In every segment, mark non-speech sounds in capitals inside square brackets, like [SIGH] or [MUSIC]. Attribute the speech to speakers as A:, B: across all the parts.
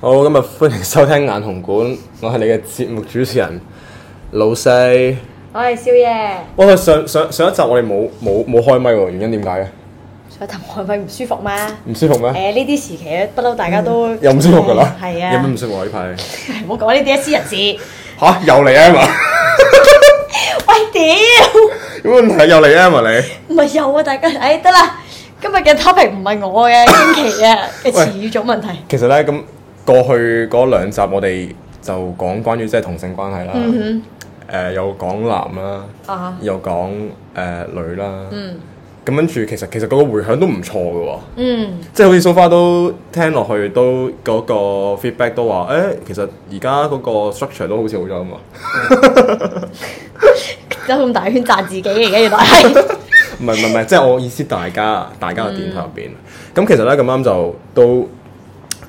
A: 好，咁啊，歡迎收聽眼紅館，我係你嘅節目主持人老西。
B: 我係宵夜，
A: 哇！上上上一集我哋冇冇冇開咪喎，原因點解嘅？
B: 所以頭外咪唔舒服嘛？ [LAUGHS]
A: 唔舒服
B: 誒
A: 咩？
B: 呢啲時期咧，不嬲大家都
A: 嗯又唔舒服㗎啦，
B: [LAUGHS] 係
A: 有咩
B: 啊
A: 唔，舒服啊？呢排
B: 唔好講呢啲啊私人事。 [LAUGHS]
A: 吓又嚟啊 Emma， [LAUGHS]
B: 喂屌，
A: 有冇問題又嚟 Emma 你？
B: 唔係有啊，大家誒得啦。今日嘅 topic 唔係我嘅，星期嘅
A: [LAUGHS]
B: 嘅詞語組問題。
A: 其實咧，咁過去嗰兩集我哋就講關於即係同性關係啦，誒、又講男啦，
B: 嗯啊哈
A: 又講誒、女啦，咁跟住其實其實嗰個迴響都唔錯嘅喎，
B: 嗯，
A: 即係好似 so far 都聽落去都嗰、個 feedback 都話，誒、其實而家嗰個 structure 都好似好咗咁啊，
B: 兜咁大圈讚自己嘅，而家原來
A: [LAUGHS]
B: 係
A: 唔係唔係唔係，即係我意思大家大家嘅電台入邊，咁、其實咧咁啱就都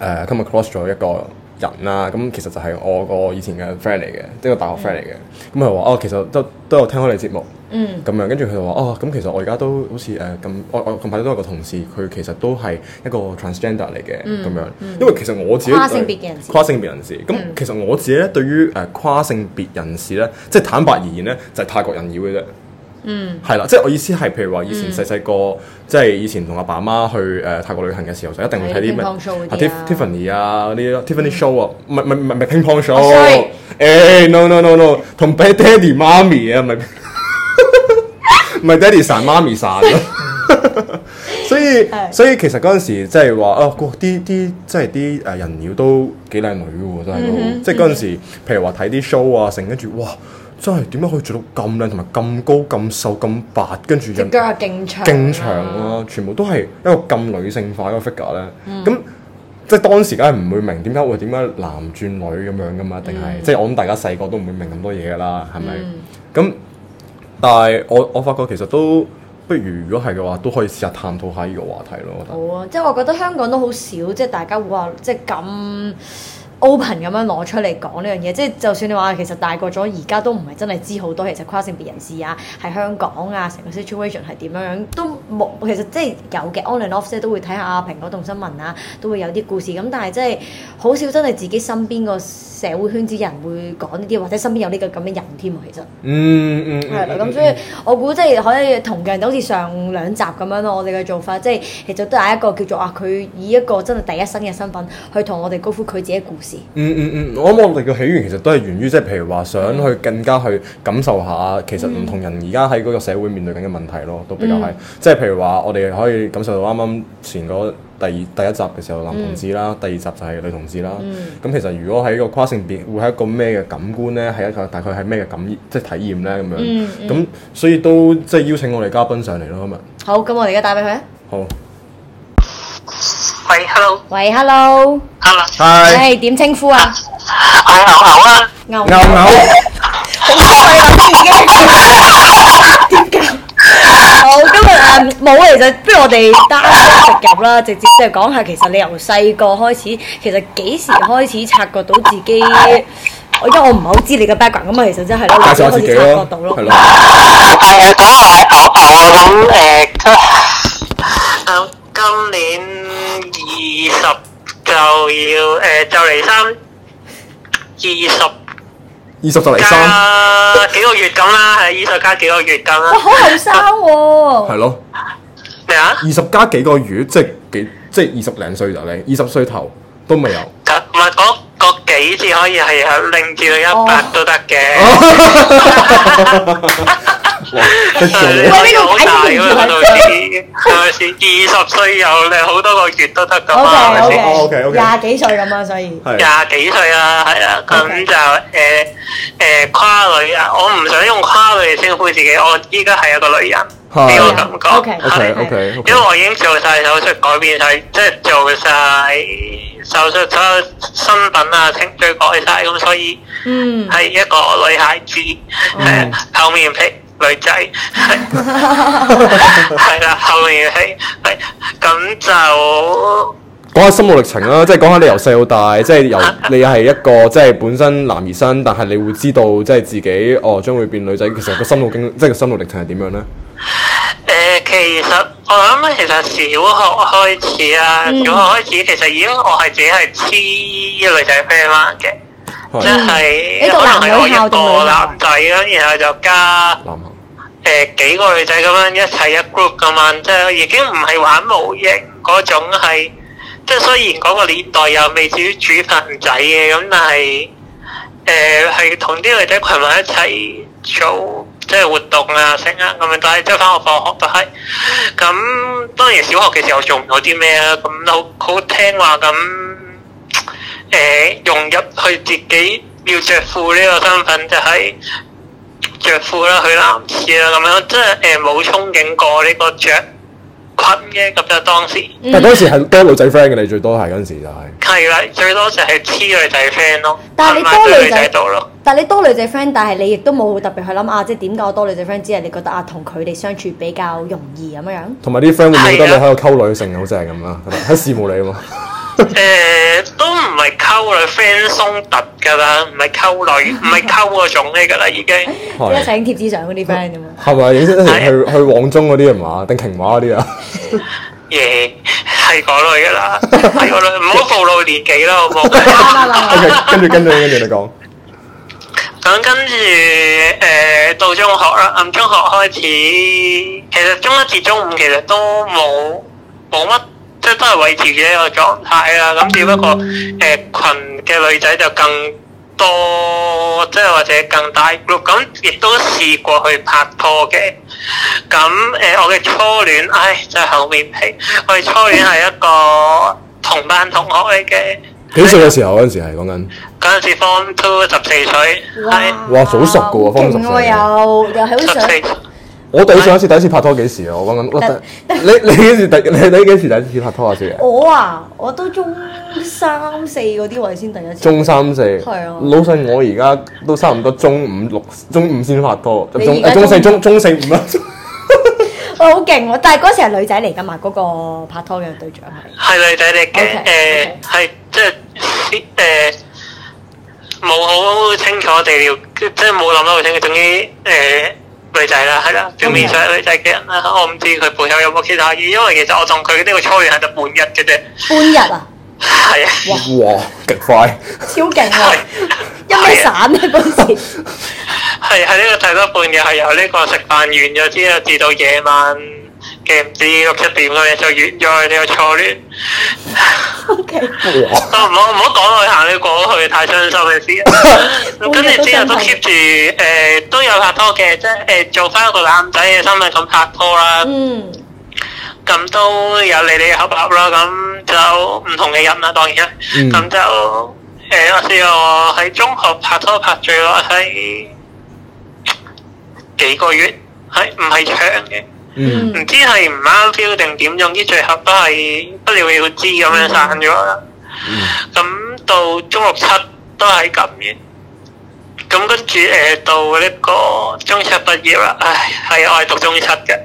A: 誒、come across 咗一個人啦，咁其實就係我個以前嘅 friend 嚟嘅，即係個大學 friend 嚟嘅，咁佢話哦，其實都都有聽開你節目，
B: 嗯
A: 咁樣跟住佢就話哦，咁其實我而家都好似誒呃咁，我我近排都有個同事，佢其實都係一個 transgender 嚟嘅咁樣，因為其實我自己呃
B: 跨性別嘅人士嗯
A: 跨性別人士，咁其實我自己咧對於誒跨性別人士咧，即係坦白而言咧，就係泰國人妖嘅啫。
B: 嗯
A: 係啦，即係我意思係，譬如話以前細細個，即係以前同阿爸媽去誒、呃泰國旅行嘅時候，就一定會睇啲咩
B: 睇啲乒乓 show 嗰啲啊
A: Tiff- Tiffany 啊嗰啲咯 Tiffany show 啊，唔係唔係唔係唔係乒乓
B: 哦
A: show，
B: ，sorry
A: 誒 no no no no，同俾爹哋媽咪啊，唔係 [LAUGHS] 唔係爹哋散媽咪啊散咯。所以
B: 係
A: 所以其實嗰陣時即係話啊，嗰啲啲即係啲誒人妖都幾靚女嘅喎，真係都、即係嗰陣時，譬如話睇啲 show 啊，成跟住哇，真係點解可以做到咁靚，同埋咁高、咁瘦、咁白，跟住
B: 隻
A: 人
B: 腳係勁長，
A: 勁長啦、全部都係一個咁女性化嘅 figure 咧。咁、即係當時梗係唔會明點解會點解男轉女咁樣噶嘛？定係、即係我諗大家細個都唔會明咁多嘢噶啦，係咪？咁、但係我我發覺其實都不如如果係嘅話，都可以試下探討下呢個話題咯。我覺得
B: 好啊，即係我覺得香港都好少，即係大家會話即係咁 open 咁樣攞出嚟講呢樣嘢。即係就算你話其實大個咗，而家都唔係真係知好多，其實跨性別人士啊，喺香港啊，成個 situation 係點樣樣都冇。其實即係有嘅 online off 即係都會睇下蘋果動新聞啊，都會有啲故事咁，但係即係好少真係自己身邊個社會圈子人會講呢啲，或者身邊有呢個咁嘅人添啊，其實。
A: 嗯嗯，嗯
B: 係啦，咁所
A: 嗯
B: 以我估即係可以同樣就好似上兩集咁樣咯，我哋嘅做法即係其實都係一個叫做啊，佢以一個真係第一身嘅身份去同我哋高呼佢自己嘅故事。
A: 嗯嗯嗯，我諗我哋嘅起源其實都係源於即係譬如話想去更加去感受下其實唔同人而家喺嗰個社會面對緊嘅問題咯，都比較係、即係譬如話我哋可以感受到啱啱前嗰第二第一集嘅時候男同志啦，第二集就係女同志啦。咁、其實如果喺個跨性別會係一個咩嘅感官咧，係一個大概係咩嘅感即係體驗咧咁樣。咁、所以都即係邀請我哋嘉賓上嚟咯今日。
B: 好，咁我哋而家打俾佢啊。
A: 好
C: 喂，hello，
B: 喂，hello，
C: hello，
A: ，Hi，
B: 係點稱呼啊？
C: 我係牛牛啊，
B: 牛
A: 牛牛，
B: 好，今日啊冇啊，其實不如我哋單刀直入啦，直接即係講下其實你由細個開始，其實幾時開始察覺到自己？我因為我唔係好知你嘅 background 咁啊，其實真係咯，
A: 介紹下自己
B: 你開始察
A: 咯
B: 覺到，咯
A: 係。咯。
C: 誒，咁啊，牛牛咁誒，今年二十就要誒，就嚟三
A: 二
C: 二
A: 十就嚟
C: 十
A: 三，
C: 加幾個月咁啦，係二十加幾個月咁
B: 哇，
C: 啦，
B: 啊好後生喎！
A: 係咯。
C: 咩啊？
A: 二十加幾個月，即係幾即係二十零歲就你，二十歲頭都未有。
C: 咁唔係嗰嗰幾次可以係令至到一百都得嘅，
A: 哇！得
C: 係你
A: 罪
C: 可以好大咁
B: 喂呢個解釋唔
C: 樣到
B: 出
C: 時，係咪先？二十歲有你好多個月都得
B: Ờ, OK
C: 噶嘛，係咪先？
A: 哦 OK，OK
B: 廿幾歲咁啊，所以
A: 你係
C: 廿幾歲啦，係啊，咁就誒誒跨女啊，我唔想用跨女嚟稱呼自己，我依家係一個女人呢個
A: 係
C: 感覺，
B: OK
A: OK OK
C: 因
A: OK
C: 為。我已經做晒手術，改變晒，即係做晒手術，所有身份啊、程序改晒，咁所以
B: 嗯，
C: 係一個女孩子，
A: 嗯
C: 誒厚面皮女
B: [LAUGHS]
C: 仔，係係啦，厚面皮，係咁就。
A: 講下心路歷程啦，即係講
C: [LAUGHS]
A: 下你由細到大，即係由你係一個即係本身男兒身，但係你會知道
C: 嗯
A: 即係自己哦將會變女仔，其實個心路經即係個心路歷程係點樣咧？
C: 誒、其實我諗其實小學開始啊，
B: 嗯
C: 小學開始其實已經我係自己係 E 黐女仔 friend 啦嘅，
A: 係
C: 即
B: 哦你
C: 係
B: 讀
C: 可
B: 男
C: 能係我
B: 女校啊
C: 一
B: 定女校
C: 個男仔咁，然後就加。
A: 男校
C: 誒、幾個女仔咁樣一齊一 group 咁樣，即係已經唔係玩模型嗰種係，即係雖然嗰個年代又未至於煮飯仔嘅，咁但係誒係同啲女仔群埋一齊做即係活動啊、成啊咁樣，但係即係翻學放學都係。咁當然小學嘅時候做唔到啲咩啊，咁好好聽話咁誒、融入去自己要着褲呢個身份就係、着褲啦，去男廁啦，咁樣即係誒冇憧憬過呢個着裙嘅，咁就當時
B: 嗯
A: 但係嗰時係多女仔 friend 嘅，你最多係嗰陣時就係、
C: 係啦，最多就係黐女仔 friend 咯，
B: 但係
C: 係
B: 你多女仔 [LAUGHS]
C: 度咯，
B: 但係你多女仔 friend，但係你亦都冇特別去諗啊，即係點解我多女仔 friend？只係你覺得啊，同佢哋相處比較容易咁樣樣。
A: 同埋啲 friend 會唔會覺得你
C: 係啊
A: 喺度溝女成好正咁啦？
C: [LAUGHS]
A: 喺羨慕你啊嘛，
C: 誒、都唔係溝女 friend 鬆突㗎啦，唔
B: [LAUGHS]
C: 係溝女，唔係溝嗰種嚟㗎啦，已經
B: 即係一
A: 係
B: 齊影貼紙相嗰啲 friend 咁啊。
A: 係
C: [LAUGHS]
A: 咪影一齊去去旺中嗰啲係嘛？定瓊華嗰啲啊？
C: 耶係嗰類
B: [LAUGHS]
C: 㗎啦，係嗰類，唔好暴露年紀啦，好冇？ [LAUGHS]
B: 啱啱啱
A: OK，跟住跟住跟住你講，
C: 咁跟住誒、到中學啦，咁中學開始，其實中一至中五其實都冇冇乜，即係都係維持住呢個狀態啦。
B: 嗯
C: 咁只不過誒、呃群嘅女仔就更多，即係或者更大 group，咁亦都試過去拍拖嘅。咁誒、我嘅初戀，唉，真係厚面皮。我嘅初戀係一個同班同學嚟嘅，
A: 幾歲嘅時候嗰陣時係講緊？
C: 嗰陣時 form two 十四歲，係。
A: 哇早熟㗎喎
B: 好
A: 方
B: 勁
A: 十四
B: 又又係好
C: 十
B: 想，
C: 四
A: 我對上一次第一次拍拖幾時啊？我講緊，我第你你幾時第你你幾時第一次拍拖啊？小
B: [LAUGHS]
A: 爺
B: 我啊，我都中三四嗰啲位先第一次。
A: 中三四，
B: 係啊
A: 老細我而家都差唔多中五六中五先拍拖，
B: 你
A: 中
B: 而家
A: 中四
B: 中
A: 中中四五啊啦。
B: 我好勁喎！但係嗰時係女仔嚟㗎嘛，嗰個拍拖嘅對象係。
C: 係女仔
B: OK，
C: 嚟嘅，誒
B: OK
C: 係即係誒冇好清楚地了，即係冇諗得好清楚。總之誒、女仔啦，係啦，表面上係女仔嘅人啦，我唔知佢背後有冇其他意，因為其實我同佢呢個初戀係得半日嘅啫，
B: 半日啊，
C: 係啊，
A: [LAUGHS] 哇，極快！
B: 超勁啊
C: 係！
B: 因咩散啊嗰時？
C: 係喺呢個睇多半日係由呢個食飯完咗之後，至到夜晚嘅唔知六七點嗰嘢就完咗呢個初戀。
B: O K。
A: 哇，
C: 啊唔好唔好講旅行你過去太傷心嘅事啊。咁跟住之後都 keep 住誒都有拍拖嘅，即係誒、做翻一個男仔嘅身份咁拍拖啦。
B: 嗯，
C: 咁都有你哋合合啦，咁就唔同嘅人啦，當然啦。
A: 嗯
C: 咁、就誒、我試過喺中學拍拖拍最耐係幾個月，係唔係長嘅？
A: 嗯，
C: 唔知係唔啱 feel 定點，總之最後都係不了了之咁
A: 嗯
C: 樣散咗啦。咁、到中六七都係咁嘅。咁跟住誒到呢個中七畢業啦，唉，係啊我係讀中七嘅。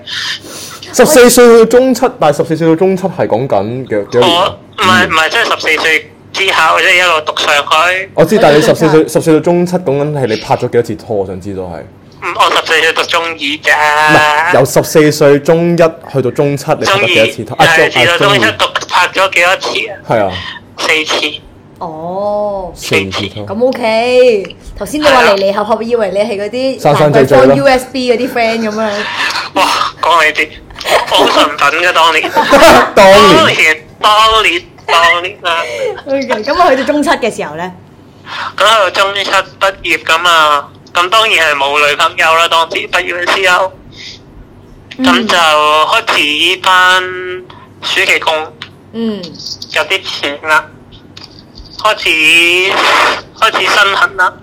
A: 十四歲到中七，但係十四歲到中七係講緊幾幾多年啊
C: 我？唔係唔係，即係十四歲之後，即係一路讀上去。
A: 我知，但係你十
B: 我都
A: 四歲
B: 中
A: 十四到中七講緊係你拍咗幾多次拖，我想知道係。
C: 嗯我十四歲讀中二
A: 唔係
C: 咋
A: 由，十四歲中一去到中七，你拍
C: 啊中
A: 咗幾多次拖？
C: 二
A: 啊，中
C: 係至
A: 啊
C: 到
A: 中
C: 中七
A: 二
C: 讀拍咗幾多次啊？
A: 係
C: [LAUGHS]
A: 啊，
C: 四次。
B: 哦。
A: 四次拖。
B: 咁 OK，頭先你話離離合合，以為你係嗰啲
A: 散散
B: 蘭桂
A: 聚聚咯
B: 坊 USB 嗰啲 friend 咁樣。
C: 哇！講你啲，我好神品嘅當年。
A: 當
C: 當
A: 年
C: 年，當年，當年啊！
B: OK，咁啊去到中七嘅時候咧，
C: 咁喺度中七畢業咁啊，咁當然係冇女朋友啦。當時畢業嘅時候，咁就開始返暑期工，
B: 嗯，
C: 有啲錢啦，開始開始身痕啦，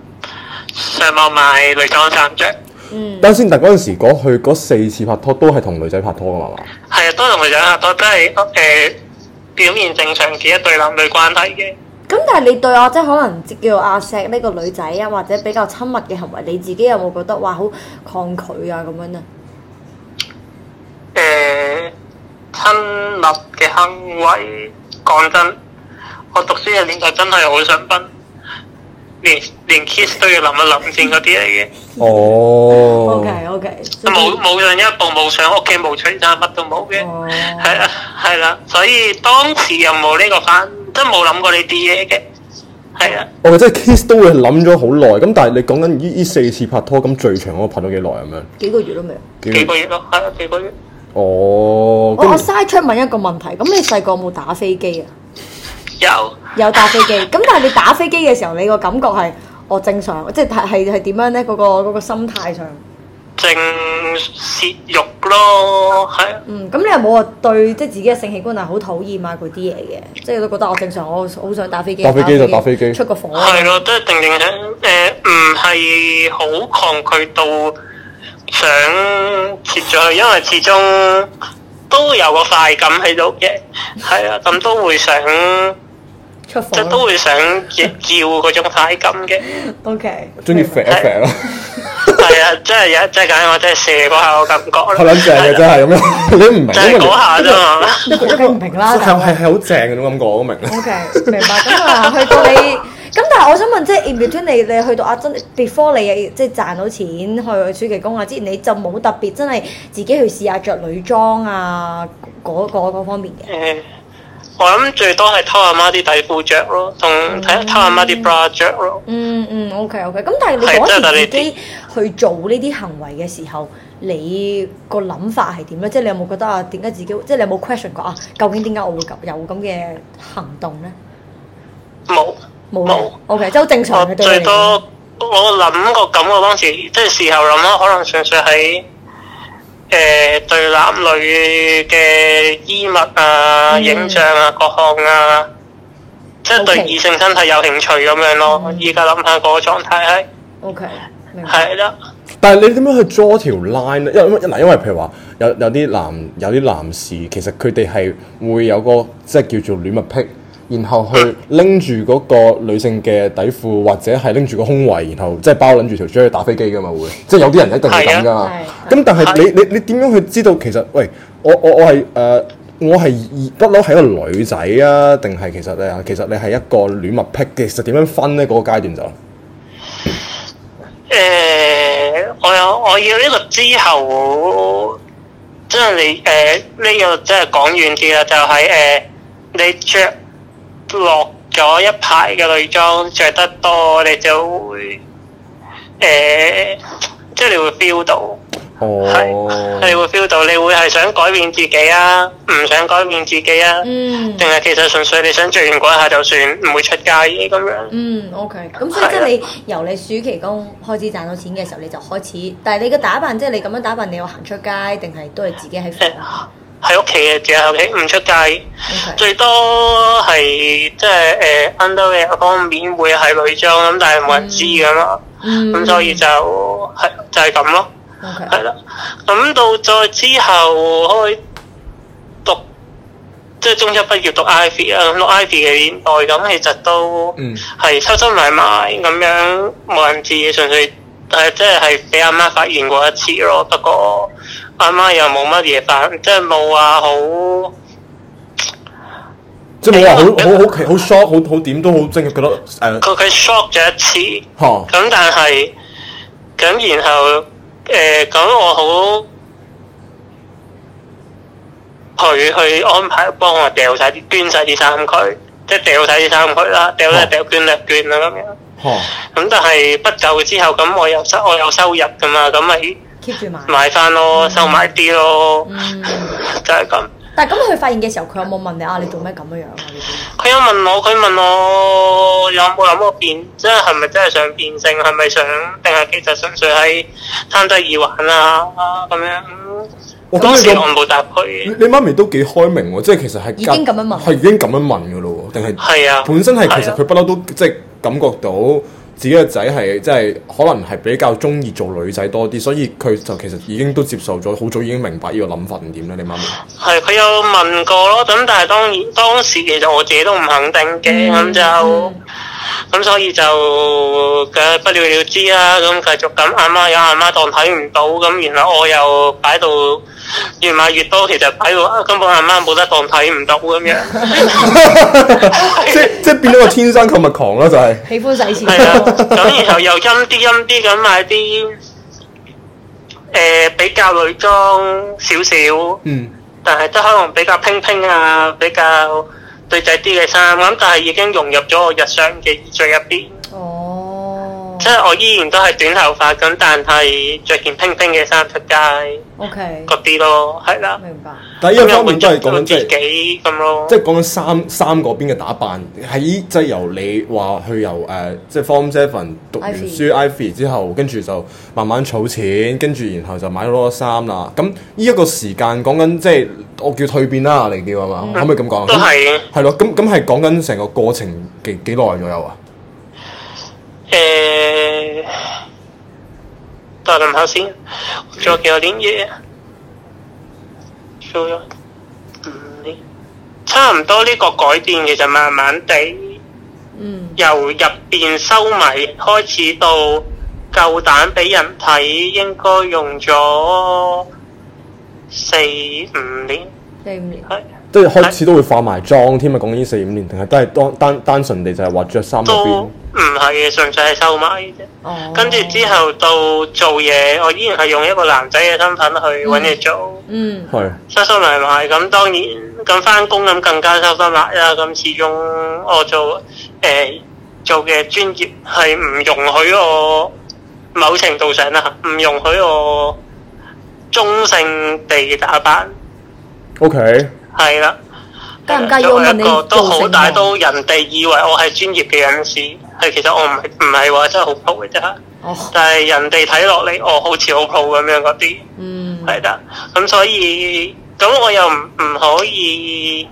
C: 上網買女裝衫着，
A: [LAUGHS]
B: Ừ.
A: 等先，但嗰陣時嗰去嗰四次拍拖都係同女仔拍拖㗎嘛？
C: [LAUGHS] 係啊，都同佢講下，都都係誒表面正常嘅一對男女關係嘅。
B: 咁但係你對我即係可能叫阿石呢個女仔啊，或者比較親密嘅行為，你自己有冇覺得哇好抗拒啊咁樣啊？
C: 誒親呃密嘅行為，講真，我讀書嘅年代真係好想奔，連連 kiss 都要諗一諗先嗰啲嚟嘅，
A: 哦
B: OK OK，
C: 冇冇上一步，冇上屋企，冇取衫，乜都冇嘅。
B: 哦，
C: 係啊，係啦，所以當時又冇呢個反，即係冇諗過呢啲嘢嘅，係啊，
A: 我即係 kiss 都會諗咗好耐，咁但係你講緊呢呢四次拍拖，咁最長嗰個拍咗幾耐咁樣？
B: 幾個月都未。
A: 幾
C: 幾個月咯，係啊，幾個月。
A: 哦，
B: 我
A: 咁
B: 我嘥出問一個問題，咁你細個有冇打飛機啊？
C: 有
B: 有
A: [LAUGHS]
B: 打飛機，咁但係你打飛機嘅時候，你個感覺係我正常，即係係係點樣咧？嗰、個嗰、個心態上，
C: 正泄欲咯，係啊
B: 嗯，咁你有冇話對即係自己嘅性器官係好討厭啊嗰啲嘢嘅？即係都覺得我哦正常，我好想打飛機，
A: 打飛機就打飛機
B: 出個火。啊
C: 係咯，即係定定想誒，呃唔係好抗拒到想切咗佢，因為始終都有個快感喺度嘅，係啊，咁都會想
A: 哦
B: 出
C: 即係都
B: 火。
C: 會想要嗰種快感嘅。
B: O K。
A: 中意肥一肥咯，
C: [LAUGHS] 係啊，真係有真係講，我真係射嗰下我感覺啦
A: [LAUGHS] 好撚正啊嘅真係咁樣， [LAUGHS] 你唔明
C: 就係嗰下啫嘛。
B: 一個一個唔平啦。
A: 係係係好正嘅種感覺，我明。
B: O K，明白。咁啊，去到你，咁但係我想問，即係 in between 你你去到阿珍 before 你即係賺到錢去暑期工啊之前，你就冇特別真係自己去試下着女裝啊嗰嗰嗰方面嘅。
C: [LAUGHS] 誒，我諗最多係偷阿媽啲底褲着咯，同睇偷阿媽啲 bra 着咯。
B: 嗯嗯，OK OK。咁但係你
C: 係真係
B: 嗰
C: 但係
B: 時
C: 你
B: 自己去做呢啲行為嘅時候，你個諗法係點咧？即係你有冇覺得啊？點解自己即係你有冇 question 過啊？究竟點解我會咁有咁嘅行動咧？
C: 冇，
B: 冇
C: 冇
B: 啦。OK，即係好正常
C: 我
B: 嘅對
C: 哦最
B: 你嚟講。
C: 多我諗個感覺當時，即係事後諗啦，可能純粹喺誒對男女嘅衣物啊、
B: 嗯
C: 影像啊、各項啊，即係對
B: OK 嗯
C: 異性身體有興趣咁樣咯。依家諗下嗰個狀態係
B: OK，明白。
C: 係啦。
A: 但係你點樣去 draw 條 line 咧？因為嗱，因為譬如話有有啲男有啲男士，其實佢哋係會有個即係叫做戀物癖，然後去拎住嗰個女性嘅底褲或者係拎住個胸圍，然後即係包撚住條 J 去打飛機噶嘛會，即係有啲人一定係咁
C: 係
A: 噶
B: 啊
A: 嘛。
B: 係
A: 咁但係你你你點樣去知道其實喂我我我係誒、呃我係不嬲係一個女仔啊，定係其實誒其實你係一個戀物癖，其實點樣分咧嗰、個階段就？
C: 誒、呃我有我要呢個之後，即係你誒呃呢、個即係講遠啲啦，就係、誒、你着落咗一排嘅女裝，着得多你就會誒、即係你會 feel 到，係、
A: 哦，
C: 你會 feel 到，你會係想改變自己啊，唔想改變自己啊，
B: 嗯
C: 定係其實純粹你想着完嗰一下就算，唔會出街咁樣。
B: 嗯，OK。咁所以即係你由你暑期工開始賺到錢嘅時候，你就開始。但係你嘅打扮，即係你咁樣打扮，你有行出街定係都係自己喺房
C: 喺屋企嘅，自己喺屋企唔出街。
B: ？OK。
C: 最多係即係誒 underwear 方面會係女裝咁，但係冇人知咁咯。
B: 嗯嗯
C: 咁、所以就係就係咁咯，
B: OK。
C: 係啦。咁到再之後開讀即係中一畢業讀 Ivy 啊，咁讀 Ivy 嘅年代咁，其實都
A: 嗯
C: 係收收埋埋咁樣冇人知，純粹係即係係俾阿媽發現過一次咯。不過阿媽又冇乜嘢反，即係冇話好。
A: 即係冇話好好好奇好 shock 好好點都好，即係覺得誒
C: 佢佢 shock 咗一次，
A: 嚇
C: 咁但係咁然後誒咁、我好佢去安排幫我掉晒啲捐晒啲衫佢，即係掉晒啲衫佢啦，掉咧
A: 哦
C: 掉捐咧捐啦咁樣。
A: 嚇
C: 咁但係不久之後咁我有收我有收入噶嘛，咁咪
B: keep 住買。
C: 買翻咯，收埋啲咯，
B: 嗯。
C: 就係咁。
B: 但係咁佢發現嘅時候，佢有冇問你啊？你做咩咁樣樣啊？呢啲
C: 佢有問我，佢問我有冇諗過變，即係係咪真係想變性，係咪想，定係其實純粹係貪得意玩啊咁樣。
A: 哇
C: 當
A: 咁
C: 時
A: 你
C: 我
A: 個
C: 冇答
A: 你
C: 佢，
A: 你媽咪都幾開明喎，即係其實係
B: 已經咁樣問
A: 係已經咁樣問㗎咯喎，定係
C: 係啊，
A: 本身係
C: 啊
A: 其實佢不嬲都即係感覺到自己嘅仔係即係可能係比較中意做女仔多啲，所以佢就其實已經都接受咗，好早已經明白呢個諗法定點咧？你媽咪
C: 係佢有問過咯，咁但係當然當時其實我自己都唔肯定嘅，咁就
B: 嗯
C: 咁所以就嘅不了啊了之啦。咁繼續咁阿媽有阿媽當睇唔到，咁然後我又擺到越買越多，其實睇到啊根本阿媽冇得當睇唔到
B: [LAUGHS]
C: 咁樣。
A: 即即變咗個天生購物狂咯，就係、
B: 喜歡使錢
C: 係啊，
B: 咯，
C: 咁然後又陰啲陰啲咁買啲誒比較女裝少少，
A: 嗯
C: 但係都可能比較拼拼啊，比較對仔啲嘅衫咁，但係已經融入咗我日常嘅衣著入邊。
B: 哦
C: 即係我依然都係短頭髮咁，但係着件拼拼嘅衫出街
B: ，OK，
C: 嗰啲咯，係啦。
B: 明白。
A: 但係呢一方面都係講緊即
C: 自
A: 係。
C: 己咁咯
A: 即。係講緊三三嗰邊嘅打扮，喺即係由你話去由誒、呃即係 Form Seven 讀完
B: Ivy
A: 書 Ivy 之後，跟住就慢慢儲錢，跟住然後就買咗好多衫啦。咁呢一個時間講緊即係我叫蜕變啦，你叫係嘛？可唔可以咁講？
C: 都係
A: 係咯，咁咁係講緊成個過程幾幾耐左右啊？
C: ờ, 誒，再諗下先，做咗幾多年嘢？做咗五年，差唔多呢個改變其實慢慢地
B: 嗯
C: 由入邊收埋開始到夠膽俾人睇，應該用咗四五年，
B: 四五年，
C: 係
A: 即係開始都會化埋妝添啊！講緊呢四五年，定係都係單單單純地就係話着衫嗰
C: 都
A: 邊
C: 唔係嘅，純粹係收埋嘅啫。
B: 哦，
C: 跟住之，後到做嘢，我依然係用一個男仔嘅身份去揾嘢做，
B: 嗯，
A: 係
C: 收收埋埋咁。當然咁翻工咁更加收收埋啦。咁始終我做誒、呃做嘅專業係唔容許我某程度上啦，唔容許我中性地打扮，
A: OK。
C: 係啦。
B: 介唔介意
C: 作
B: 我
C: 為
B: 問
C: 一
B: 你
C: 個都好大
B: 造成
C: 都人哋以為我係專業嘅人士，係其實我唔係唔係話真係好高嘅啫。
B: 哦，
C: 但係人哋睇落嚟，哦我好似好抱咁樣嗰啲，
B: 嗯，
C: 係啦。咁所以咁我又唔唔可以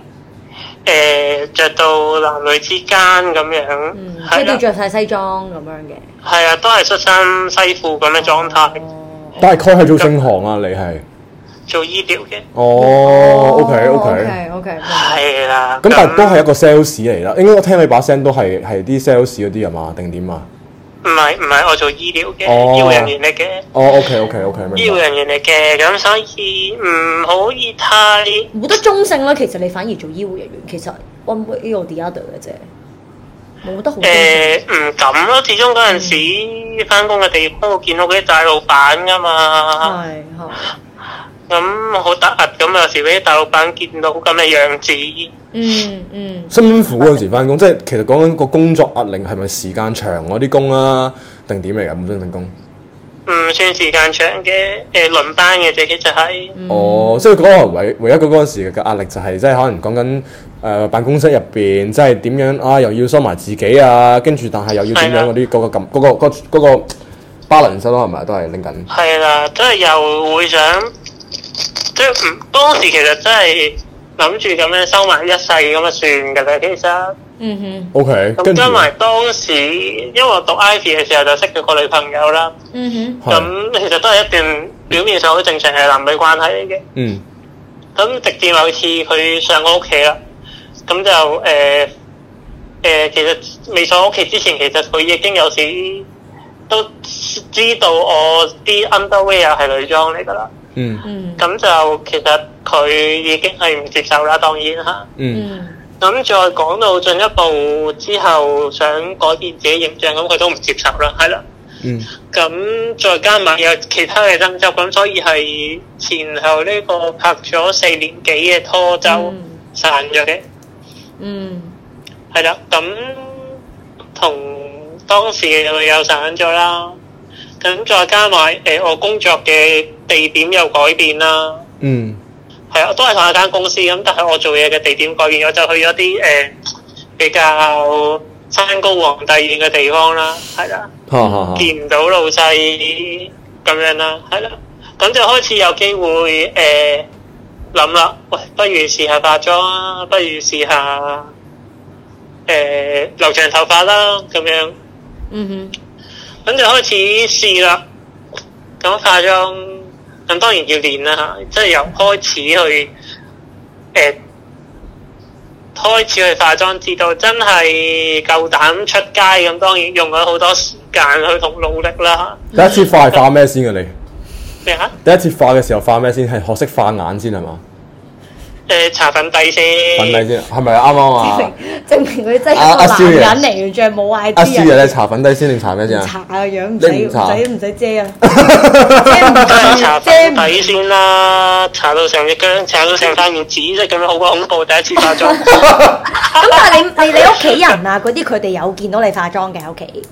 C: 誒著、到男女之間咁樣
B: 嗯，，即
C: 係
B: 係都
C: 啦，
B: 着晒西裝咁樣嘅
C: 係啊，都係恤衫西褲咁嘅狀態，
B: 哦
A: 大概係做盛行啊，你係
C: 做醫療嘅，
A: 哦，OK OK。
B: OK OK，
C: 係啦。
A: 咁但係都係一個 sales 嚟啦，應該我聽你把聲都係係啲 sales 嗰啲人嘛，定點啊？
C: 唔係唔係我做醫療嘅，
A: 哦
C: 醫護人員嚟嘅，
A: 哦，OK OK OK，
C: 醫
A: 明
C: 護
A: 白。
C: 人員嚟嘅，咁所以唔可以太
B: 冇得中性啦。其實你反而做醫護人員，其實 one way or the other 嘅啫，冇
A: 嗯
B: 得好中性。
C: 誒呃唔敢咯，始終嗰陣時翻工嘅地方，我見到嗰啲大老闆噶嘛，
B: 係係，
C: 咁好突兀咁，有啊時俾啲大老闆見到咁嘅樣子，
B: 嗯嗯，
A: 辛苦嗰陣時翻工，即係其實講緊個工作壓力係咪時間長嗰啲工啊，定點嚟㗎？本身份工。
C: 唔算時間長嘅，誒輪班嘅啫，其實係
A: 哦，即係嗰個唯唯一嗰嗰陣時嘅壓力就係、即係可能講緊誒辦公室入邊，即係點樣啊，又要收埋自己啊，跟住但係又要點樣嗰啲嗰個咁嗰、個嗰、嗰個 balance 咯，係咪都係拎緊？
C: 係啦，即係又會想，即係唔當時其實真係諗住咁樣收埋一世咁啊算㗎啦，其實。
B: 嗯哼，
A: O K，
C: 咁
A: 跟住
C: 加埋當時，因為我讀 Ivy 嘅時候就識咗個女朋友啦，
B: 嗯
A: 係
C: 咁其實都係一段表面上好正常嘅男女關係嚟嘅。
A: 嗯
C: 咁直至某次佢上我屋企啦，咁就誒誒、呃呃其實未上我屋企之前，其實佢已經有時都知道我啲 underwear 係女裝嚟噶啦。
A: 嗯
B: 哼，
C: 咁就其實佢已經係唔接受啦，當然嚇。
A: 嗯
B: 嗯
C: 咁再講到進一步之後，想改變自己形象，咁佢都唔接受啦，係啦。
A: 嗯
C: 咁再加埋有其他嘅爭執，咁所以係前後呢個拍咗四年幾嘅拖就
B: 嗯
C: 散咗嘅，
B: 嗯
C: 係啦。咁同當時嘅女友散咗啦，咁再加埋誒、呃我工作嘅地點又改變啦，
A: 嗯
C: 係啊，都係同一間公司咁，但係我做嘢嘅地點改變咗，就去咗啲誒比較山高皇帝遠嘅地方啦，係啦。
A: 哈哈哈。
C: 見唔到老細咁樣啦，係啦，咁就開始有機會誒諗啦，喂，不如試下化妝啊，不如試下誒、呃留長頭髮啦，咁樣，
B: 嗯
C: 咁就開始試啦。咁化妝，咁當然要練啦嚇，即係由開始去誒、呃、開始去化妝，至到真係夠膽出街，咁當然用咗好多時間去同努力啦。
A: 第一次化係化咩先嘅你？
C: 咩啊？
A: 第一次化嘅時候化咩先？係學識化眼先係嘛？
C: 誒搽粉底
A: 粉底
C: 先，
A: 先係咪啱啱啊？
B: 證明佢真係
A: 阿阿
B: 一
A: 少
B: 個
A: 爺
B: 男人嚟，完全係冇
A: 阿
B: I
A: 少
B: D
A: 爺
B: 啊！嗯
A: 你搽粉底先定搽咩先啊？
B: 搽個樣唔
A: 你
B: 使
A: 唔
B: 唔
A: 搽
B: 使唔
A: [LAUGHS]
B: 使遮啊，遮唔
C: 都係搽
B: 遮
C: 粉
B: 唔
C: 底先啦，搽到成隻姜，搽到成塊面紫色咁樣，好鬼恐怖！第一次化
A: [LAUGHS]
C: 妝，
B: 咁但係你你你屋企人啊嗰啲佢哋有見到你化妝嘅喺屋企，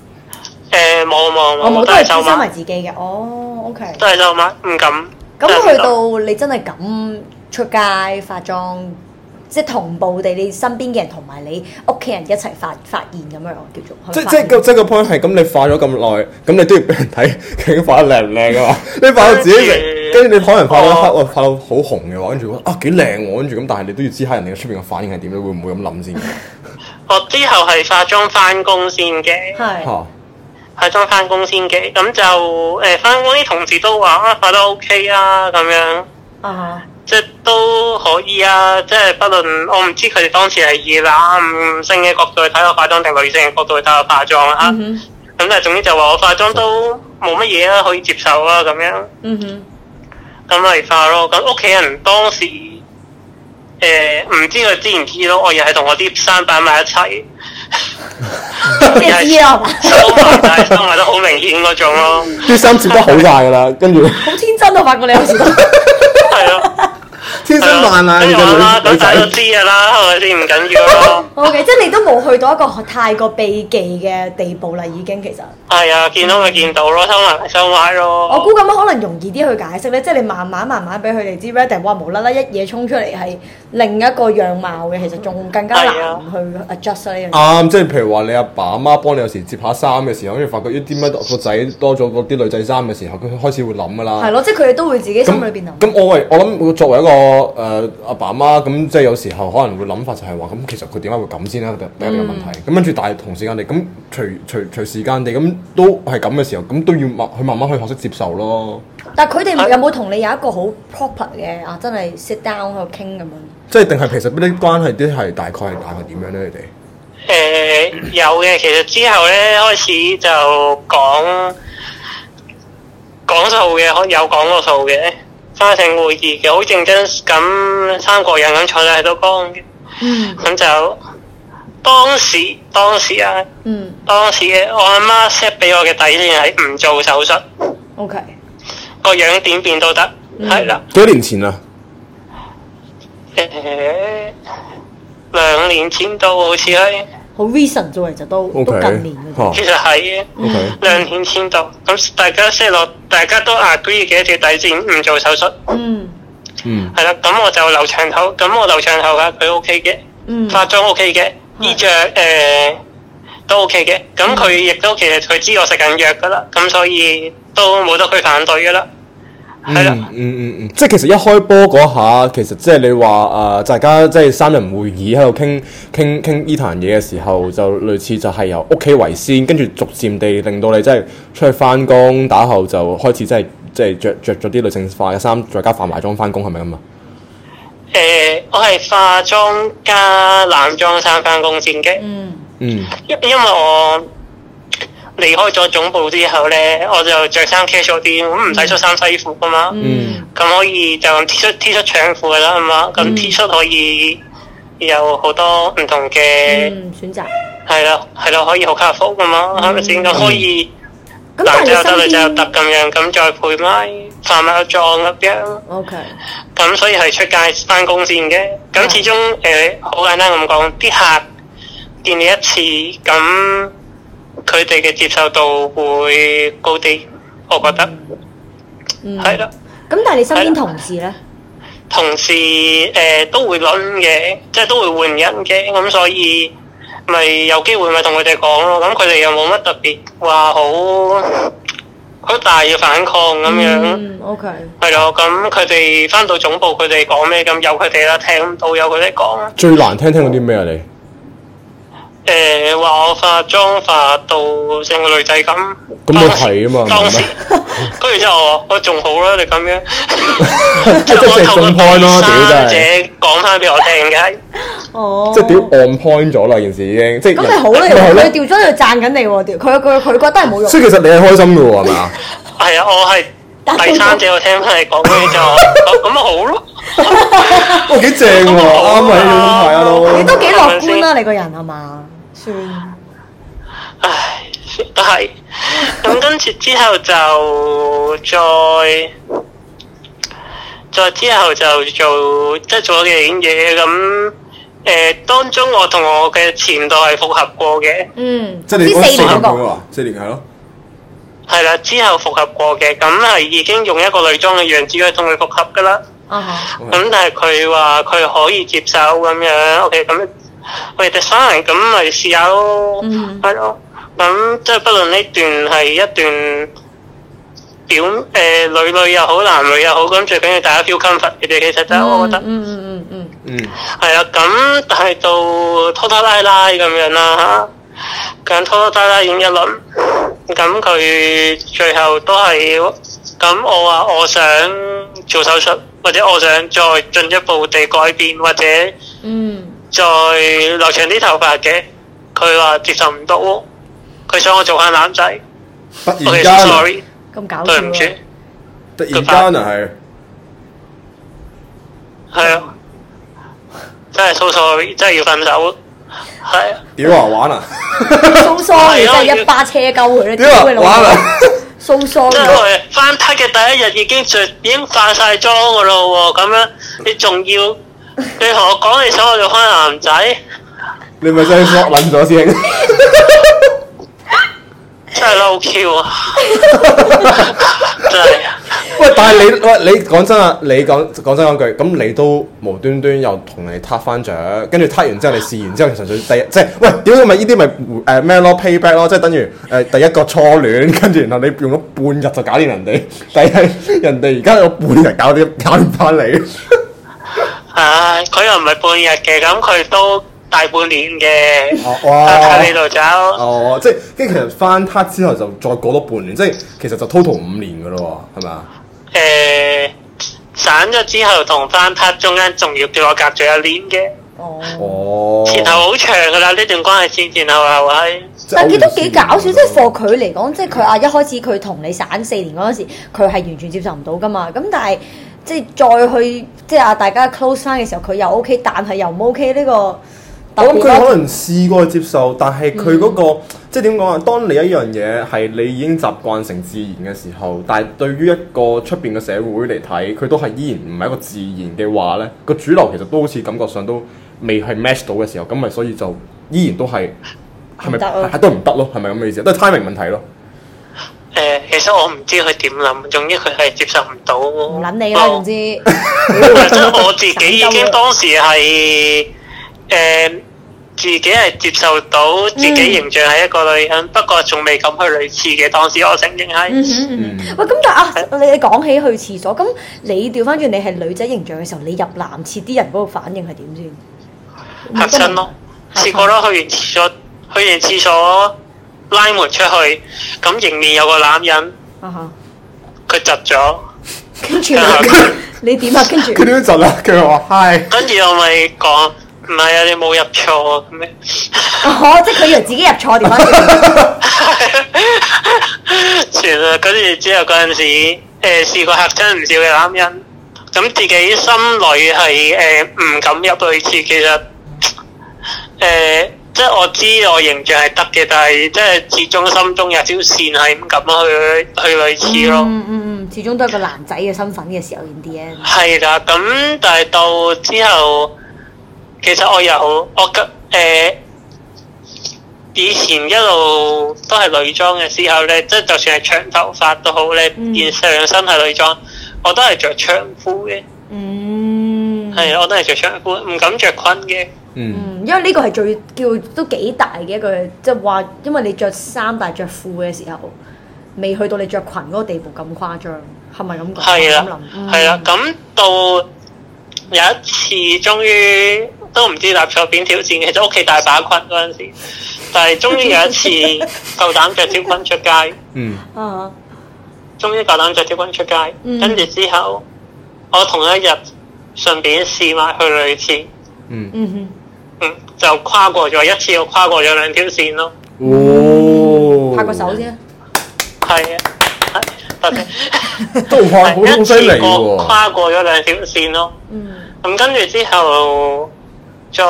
C: 誒冇冇
B: 我
C: 冇，
B: 冇
C: 都
B: 都
C: 係
B: 係
C: 收
B: 收埋
C: 埋，
B: 自己嘅。哦，OK。
C: 都係收埋，唔敢。
B: 咁
C: 真係唔
B: 去
C: 敢
B: 到你真係咁出街化妝，即係同步地你身邊嘅人同埋你屋企人一齊發發現咁樣叫做。
A: 即
B: 去發
A: 即
B: 現
A: 個即個 point 係咁，你化咗咁耐，咁你都要俾人睇 [LAUGHS] 究竟化得靚唔靚啊嘛？ [LAUGHS] 你化到自己成，跟住你可能化到黑， [LAUGHS] 我化到好紅嘅話，跟住覺得啊幾靚喎，跟住咁，但係你都要知下人哋嘅出邊嘅反應係點，你會唔會咁諗先？
C: 我之後係化妝翻工先嘅，
B: 係
A: 嚇！
C: 化妝翻工先嘅，咁就誒翻工啲同事都話啊化得 OK 啊咁樣，
B: 啊
C: 即係都可以啊，即係不論我唔知佢哋當時係以男性嘅角度去睇我化妝定女性嘅角度去睇我化妝啦、啊，咁、
B: 嗯哼
C: 但係總之就話我化妝都冇乜嘢啦，可以接受啦、咁樣，
B: 嗯
C: [LAUGHS]
B: 哼
C: 啊咁咪化咯。咁屋企人當時誒唔、知佢知唔知咯，我又係同我啲衫擺埋一齊。
B: 即係知哦啦，係
C: [LAUGHS]
B: 嘛
C: 收埋但係收埋得好明顯嗰種咯，
A: 啲衫摺得好大㗎啦，跟住
B: 好天真啊！發覺你有時都
C: 係咯，
A: 天生爛啊！你
C: 跟住哎我啦，
A: 嘅女
C: 咁
A: 女
C: 大家都
A: 仔
C: 知㗎啦，係咪先？唔緊要咯，
B: [LAUGHS] OK，即係你都冇去到一個太過避忌嘅地步啦，已經其實。
C: 係啊，見到咪見到咯，收埋咪收埋
B: 我
C: 咯
B: 估，咁樣可能容易啲去解釋咧，即係你慢慢慢慢俾佢哋知 r e d d i 哇無啦啦一嘢衝出嚟係另一個樣貌嘅，其實仲更加難
C: 係啊
B: 去 adjust 呢樣嘢。
A: 啱，即係譬如話你阿爸阿媽幫你有時摺下衫嘅時候，跟住發覺咦點解個仔多咗嗰啲女仔衫嘅時候，佢開始會諗㗎
C: 啊
A: 啦。
B: 係咯，即係佢哋都會自己心裏邊
A: 咁。
B: 諗
A: 咁我喂，我諗作為一個誒阿爸阿媽，咁即係有時候可能會諗法就係話，咁其實佢點解會咁先啦？第一個問
B: 嗯
A: 題。咁跟住，但係同時間地，咁隨隨隨時間地，咁都係咁嘅時候，咁都要慢去慢慢去學識接受咯。
B: 但係佢
C: 啊
B: 哋有冇同你有一個好 proper 嘅啊？真係 sit down 喺度傾咁樣。
A: 即係定係其實啲關係啲係大概係大概點樣咧？你
C: 誒、呃有嘅，其實之後咧開始就講講數嘅，可有講過數嘅，花城會議嘅，好認真咁三個人咁坐喺度講嘅，
B: 嗯
C: 咁就當時當時啊。
B: 嗯
C: 當時我阿媽 set 俾我嘅底線係唔做手術，
B: ，OK。
C: 個樣點變都得，係啦、
A: 哋幾多年前啊？
C: 誒、兩年前到好似係，
B: 好 recent 啫喎，其實都
A: OK
B: 都近年嘅啫。
A: 嚇
C: 其實係嘅。
A: OK
C: 兩年前到，咁大家 set 落，大家都 agree 嘅一條底線，唔做手術，
B: 嗯
A: 嗯
C: 係啦。咁我就留長頭，咁我留長頭㗎，佢 OK 嘅，
B: 嗯
C: 化妝 OK 嘅，衣着誒、都 OK 嘅。咁佢亦都其實佢知我食緊藥㗎啦，咁所以都冇得佢反對㗎啦，係啦。
A: 嗯嗯嗯，即係其實一開波嗰下，其實即係你話啊，大家即係三人會議喺度傾傾傾呢壇嘢嘅時候，就類似就係由屋企為先，跟住逐漸地令到你真係出去翻工打後就開始真係即係着着咗啲女性化嘅衫，再加化埋妝翻工係咪咁啊？
C: 誒、呃我係化妝加男裝衫翻工先嘅，
B: 嗯
A: 嗯，
C: 因因為我離開咗總部之後咧，我就着衫 casual 啲，咁唔使出衫西褲噶嘛，咁、
A: 嗯
C: 可以就咁 T 恤 T 恤長褲噶啦，係嘛？咁
B: 嗯
C: T 恤可以有好多唔同嘅，
B: 嗯，選擇。
C: 係啦係啦，可以好卡福噶嘛，係咪先？咁可以
B: 嗯咁但係你
C: 男仔又得，女仔又
B: 身
C: 得
B: 邊
C: 咁樣，咁再配埋化埋個妝咁樣。
B: OK
C: 咁所以係出街翻工先嘅。
B: 嗯
C: 咁始終誒好、簡單咁講，啲客見你一次，咁佢哋嘅接受度會高啲，我覺得
B: 嗯。
C: 係啦、
B: 咁但係你身
C: 係
B: 邊
C: 啦
B: 同事咧？
C: 同事誒、都會輪嘅，即係都會換人嘅，咁所以咪有機會咪同佢哋講咯。咁佢哋又冇乜特別話好好大嘅反抗咁樣。
B: 嗯，OK。
C: 係咯，咁佢哋翻到總部，佢哋講咩咁由佢哋啦，聽唔到由佢哋講啦。
A: 最難聽聽嗰啲咩啊？你
C: 誒、話我化妝化到成個女仔咁，
A: 咁
C: 咁
A: 你睇啊嘛
C: 當
A: 唔
C: 時
A: 係
C: [LAUGHS] 跟住之後我話我仲好啦，你咁樣，
A: [LAUGHS] 即係即係中 point 咯，屌真係，
C: 者講翻俾我聽嘅，
B: 哦。
A: 即係屌 on point 咗啦，件事已經即係
B: 咁咪好
A: 咪係
B: 咯，佢
A: 咯
B: 掉咗喺度讚緊你喎，掉佢佢佢覺得係冇用。
A: 所以其實你係開心嘅喎，係咪啊？
C: 係啊，我係
B: 但
C: 第三者我聽翻你講嗰啲就哦咁咁咪好咯，
A: 哇幾正喎，啱啊！呢啊都
B: 你都幾樂觀啦，你個人係嘛？算
C: 唉，都係。咁跟住之後就再再之後就做即係做咗幾件嘢咁。誒、當中我同我嘅前度係復合過嘅，
B: 嗯，
A: 即係你
B: 呢
A: 嗰
B: 四
A: 四
B: 年嗰
A: 年
B: 個
A: 嗰個啊，四年係咯，
C: 係啦，之後復合過嘅，咁係已經用一個女裝嘅樣子去同佢復合噶啦。
B: 啊哈
C: 咁但係佢話佢可以接受咁樣，OK 咁，喂 d e s i 咁咪試下咯，
B: 嗯
C: 係咯、咁即係不論呢段係一段表誒、呃女女又好，男女又好，咁最緊要大家 feel comfort 嘅啫。其實真係我覺得
B: 嗯嗯嗯嗯
A: 嗯，
C: 係啊。咁但係到拖拖拉拉咁樣啦嚇，咁拖拖拉拉演一輪，咁佢最後都係咁我話我想做手術，或者我想再進一步地改變，或者
B: 嗯嗯
C: 再留長啲頭髮嘅，佢話接受唔到，佢想我做下男仔。
A: 突
C: o
A: 然
C: k
A: 間啊，
C: sorry，
B: 咁搞笑
C: 對唔住，
B: 啊！
A: 突然間啊係，
C: 係啊，真係 so sorry，真係要分手，係啊。
A: 屌啊玩啊，
B: so sorry，
C: 係啊
B: 真係一巴車鳩佢啦，
A: 屌啊
B: [LAUGHS] 屌你老
A: 玩
B: 母
A: 啊！
B: ，so
C: 即
B: sorry，
C: 係我哋翻拍嘅第一日已經着已經化晒妝噶咯喎，咁樣你仲要你同我講你想我做翻男仔，
A: [LAUGHS] 你咪真係索撚咗
B: [LAUGHS]
A: 先，
C: 真係嬲
A: [LAUGHS]
C: Q 啊！真係啊
A: 喂！但係你喂你講真啊，你講講真講句，咁你都無端端又同人哋撻翻獎，跟住撻完之後你試完之後，其實最第一即係喂屌咪呢啲咪誒咩咯 payback 咯，即係等於誒、呃第一個初戀，跟住然後你用咗半日就搞掂人哋，但係人哋而家有半日搞掂搞掂翻你，
C: 唉，佢又唔係半日嘅，咁佢都大半年嘅，
A: 哦哇
C: 喺呢度走。
A: 哦，即係跟住其實翻撻之後就再過多半年，即係其實就 total 五年噶咯喎，係咪啊？
C: 誒、散咗之後同翻 part 中間仲要叫我隔咗一年嘅，
B: 哦，
A: 哦，
C: 前後好長噶啦，呢段關係線前後後係
A: 即係
B: 但係都
A: 歐元
B: 幾
A: 線
B: 搞笑，即係
A: 咁樣
B: for 佢嚟講，即係佢啊一開始佢同你散四年嗰陣時，佢係完全接受唔到噶嘛。咁但係即係再去即係啊大家 close 翻嘅時候，佢又 OK，但係又唔 OK 呢個特
A: 我諗
B: 別
A: 佢
B: 咯
A: 可能試過接受，但係
B: 嗯
A: 佢嗰個、即係點講啊？當你一樣嘢係你已經習慣成自然嘅時候，但係對於一個出邊嘅社會嚟睇，佢都係依然唔係一個自然嘅話咧，個主流其實都好似感覺上都未係 match 到嘅時候，咁咪所以就依然都係係咪
B: 唔得咯
A: 係都唔得咯？係咪咁嘅意思？都係 timing 問
B: [LAUGHS]
A: 題咯。
C: 誒、其實我唔知佢點諗，總之佢係接受唔到。
B: 唔
C: 唔
B: 撚你啦，總之。
C: [LAUGHS]
B: 啊
C: 即係我自
B: [LAUGHS]
C: 己已經當時係誒、自己係接受到自
B: 嗯
C: 己形象係一個女人，不過仲未敢去類似嘅。當時我承認係。
B: 嗯哼嗯哼，喂，咁但啊，你你講起去廁所，咁你調翻轉你係女仔形象嘅時候，你入男廁啲人嗰個反應係點先？
C: 嚇親咯，
B: 嗯嚇親
C: 試過咯，去完廁所，去完廁所拉門出去，咁迎面有個男人，
B: 啊哈！
C: 佢窒咗，
B: 跟住
C: 跟住佢
B: 你你點啊？跟住
A: 佢點樣窒啦？佢話 hi，
C: 跟住我咪講唔係啊，你冇入錯啊咁樣，
B: 哦，即係佢以為自己入錯調翻轉，
C: 算啦。跟住之後啊嗰陣時，誒、試過嚇親唔少嘅男人，咁自己心裏係誒唔敢入去廁，其實誒、即係我知我形象係得嘅，但係即係始終心中有條線係唔敢去去去類似咯。
B: 嗯嗯嗯，始終都係個男仔嘅身份嘅時候，in the end，
C: 係啦，咁但係到之後，其實我有我嘅誒、呃以前一路都係女裝嘅時候咧，即係就算係長頭髮都好咧，
B: 嗯
C: 現上身係女裝，我都係着長褲嘅，
B: 嗯，
C: 係、啊我都係着長褲，唔敢着裙嘅，
A: 嗯，
B: 嗯，因為呢個係最叫都幾大嘅一個，即係話，因為你着衫但係着褲嘅時候，未去到你着裙嗰個地步咁誇張，係咪咁講？
C: 係啦
B: 咁諗，嗯
C: 係啊啦，，咁到有一次終於都唔知搭錯邊條線，其實屋企大把裙嗰陣時，但係終於有一次夠膽着條裙出街。
A: 嗯，
B: 嗯啊，
C: 終於夠膽着條裙出街，
B: 嗯
C: 跟住之後，我同一日順便試埋去女廁，
A: 嗯，
B: 嗯哼。
C: 嗯，就跨過咗一次，我跨過咗兩條線咯，
A: 哦，
B: 拍個手先。
C: 啊係啊，係，OK，
A: 都哇，好好
C: 一
A: 犀
C: 次
A: 利
C: 過
A: 喎！
C: 跨過咗兩條線咯。
B: 嗯
C: 咁跟住之後再，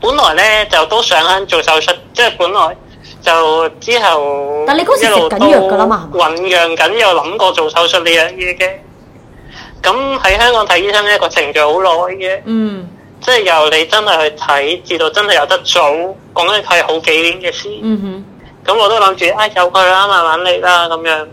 C: 本來咧就都想做手術，即係本來就之後，
B: 但你嗰時食緊藥㗎啦嘛係
C: 醖釀緊有諗過做手術呢樣嘢嘅。咁喺香港睇醫生呢個程序好耐嘅，
B: 嗯
C: 即係由你真係去睇，至到真係有得做，講緊係好幾年嘅事。
B: 嗯哼。
C: 咁我都諗住啊，有佢啦，慢慢嚟啦，咁樣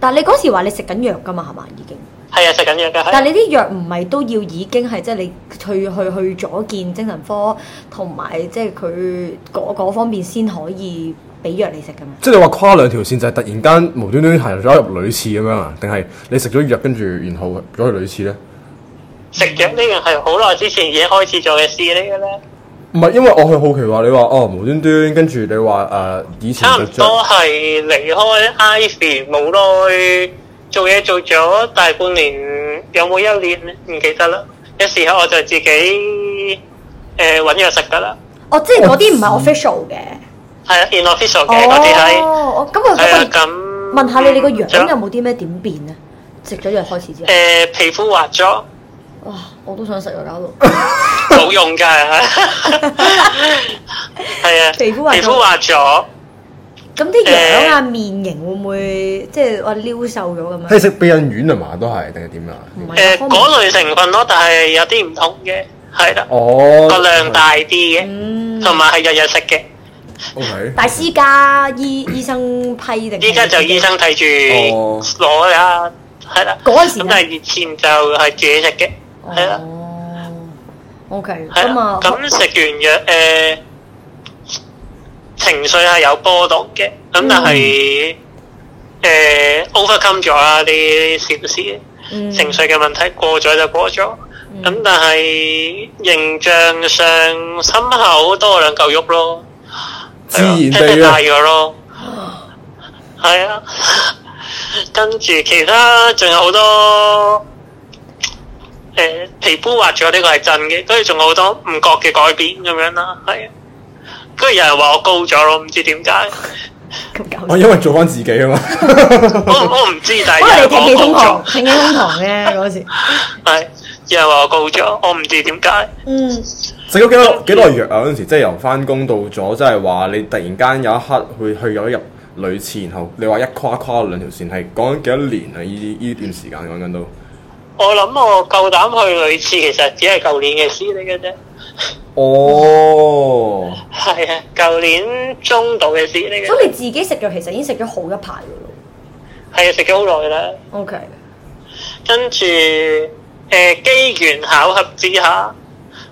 B: 但你嗰時話你食緊藥㗎嘛，係嘛已經？
C: 係啊，食緊藥嘅。係
B: 但你啲藥唔係都要已經係即係你去去去咗見精神科同埋即係佢嗰嗰方面先可以俾藥你食㗎嘛？
A: 即係你話跨兩條線就係突然間無端端行咗入女廁咁樣啊？定係你食咗藥跟住然後咗去女廁咧？
C: 食藥呢樣係好耐之前已經開始做嘅事嚟嘅咧，
A: 唔係，因為我去好奇話你話哦無端端跟住你話誒、呃以前
C: 差唔
A: 就 [LAUGHS]
C: 多係離開 Ivy 冇耐，做嘢做咗大半年，有冇一年咧？唔記得啦。有時候我就自己誒揾藥食得啦，
B: 哦，即係嗰啲唔係 official 嘅。
C: 係啊，in official 嘅嗰啲係，
B: 哦，咁啊，
C: 係啊，
B: 咁啊
C: 咁
B: 問下你哋個樣有
C: 冇？
B: 冇啲咩點變咧？食咗藥開始之後，
C: 誒皮膚滑咗。
B: 哇！我都想食藥搞到。 [LAUGHS]
C: 冇用㗎，係啊，
B: 皮膚滑咗
C: 皮膚滑咗，
B: 咁啲樣啊、面型會唔會即係我撩瘦咗咁
A: 係
B: 樣？
A: 食避孕丸啊嘛，都係定係點啊？
B: 唔係
C: 誒
B: 嗰方面
C: 嗰類成分咯，但係有啲唔同嘅，係啦，
A: 哦，
C: 個量
A: [LAUGHS]
C: 大啲嘅，
B: 嗯，
C: 同埋係日日食嘅。
A: O K，
B: 但係私家醫醫生批定係
C: 依家就
B: 自己
C: 醫生睇
A: 哦
C: 住攞啦，係啦。
B: 嗰陣時
C: 咁
B: 呢
C: 但係以前就係自己食嘅，係啦，
B: 哦，OK，
C: 係
B: 咁
C: 啦
B: 啊。，
C: 咁食完藥誒，情緒係有波動嘅，咁但係誒 overcome 咗啦啲小事。
B: 嗯
C: 情緒嘅問題過咗就過咗，咁、但係形象上心口多兩嚿肉咯，
A: [LAUGHS] 自然地啊
C: 係大咗咯，係啊，跟住其他仲有好多誒、呃皮膚滑咗呢個係真嘅，跟住仲有好多唔覺嘅改變咁樣啦，係啊，跟住有人話我高咗咯，唔知點解，
B: 咁搞
A: 我
B: 笑。
A: 哦因為做翻自己啊嘛。
C: 我我唔知，但
B: 可能
C: 係
B: 你踢幾空
C: 有人話我高
B: 堂，
C: 咗，
B: 踢幾空堂咧
C: [LAUGHS]
B: 嗰時。
C: 係有人話我高咗，我唔知點解。
B: 嗯，
A: 食咗幾多幾耐藥啊？嗰陣時即係由翻工到咗，即係話你突然間有一刻去去咗入女廁，然後你話一跨跨兩條線，係講緊幾多年啊？依依段時間講緊都，
C: 我諗我夠膽去女廁，其實只係舊年嘅事嚟嘅啫。
A: 哦，
C: 係啊，舊年中度嘅事嚟
B: 所以
C: 嘅，
B: 你自己食藥其實已經食咗好一排㗎咯。
C: 係啊，食咗好耐啦。
B: OK，
C: 跟住誒、呃、機緣巧合之下，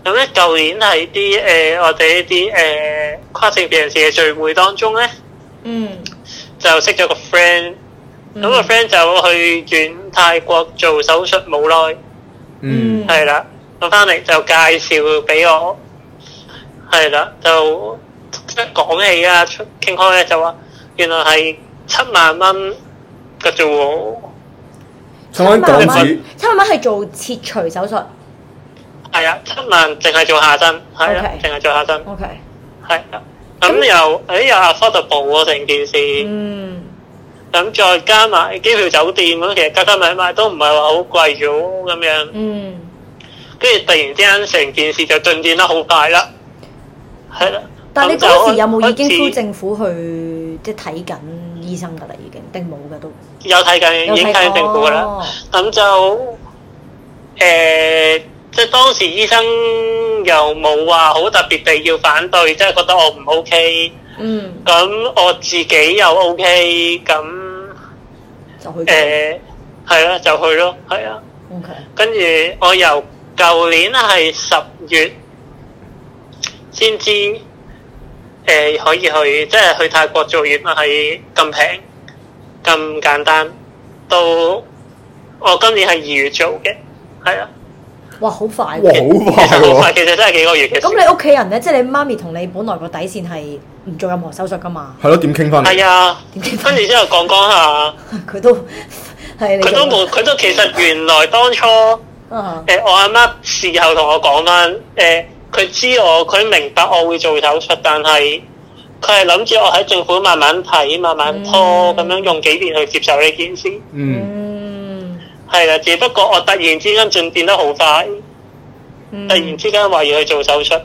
C: 咁咧舊年喺啲誒我哋呢啲誒跨性別人士嘅聚會當中咧，
B: 嗯，
C: 就識咗個 friend。咁啊個
B: 嗯
C: friend 就去遠泰國做手術冇耐。
A: 嗯，
C: 係啦，我翻嚟就介紹俾我，係啦，就即係講起啊，出傾開咧就話原來係七萬蚊嘅啫喎，
A: 七蚊港紙，
B: 七萬蚊係做切除手術。
C: 係啊，七萬淨係做下身，係啊
B: OK，
C: 淨係做下身，
B: OK，
C: 係啊，咁又誒又 affordable 喎成件事，
B: 嗯，
C: 咁再加埋機票酒店咁，其實加加埋埋都唔係話好貴咗咁樣，
B: 嗯，
C: 跟住突然之間成件事就進展得好快啦，係啦。
B: 但係你
C: 咁就
B: 嗰時有冇已經
C: 開始
B: through 政府去即係睇緊醫生㗎啦？已經定冇㗎都
C: 有睇緊，已經睇緊政府噶啦。
B: 哦
C: 咁就誒、呃即係當時醫生又冇話好特別地要反對，即係覺得我唔 OK。
B: 嗯，
C: 咁我自己又 OK，咁
B: 就去咗。
C: 誒係啦，就去咯，係啊。
B: OK，
C: 跟住我由舊年啊係十月先知誒、呃可以去，即係去泰國做嘢咪係咁平咁簡單。到我今年係二月做嘅，係啊，
B: 哇，好快喎！
A: 哇，
C: 其實好
A: 好快啊喎，
C: 快，其實真係幾個月嘅
B: 咁
C: 事。
B: 你屋企人咧，即係你媽咪同你本來個底線係唔做任何手術噶嘛？ [LAUGHS]
A: 係咯，點傾翻嚟？
C: 係啊，
B: 點知
C: 跟住之後講講下，
B: 佢都係你
C: 佢
B: 做
C: 都冇，佢都其實原來當初誒、
B: 啊
C: 呃我阿媽事後同我講翻，誒、佢知我，佢明白我會做手術，但係佢係諗住我喺政府慢慢睇、慢慢拖，咁樣用幾年去接受呢件事。
A: 嗯
B: 嗯
C: 係啦，只不過我突然之間進展得好快，
B: 嗯
C: 突然之間話要去做手術，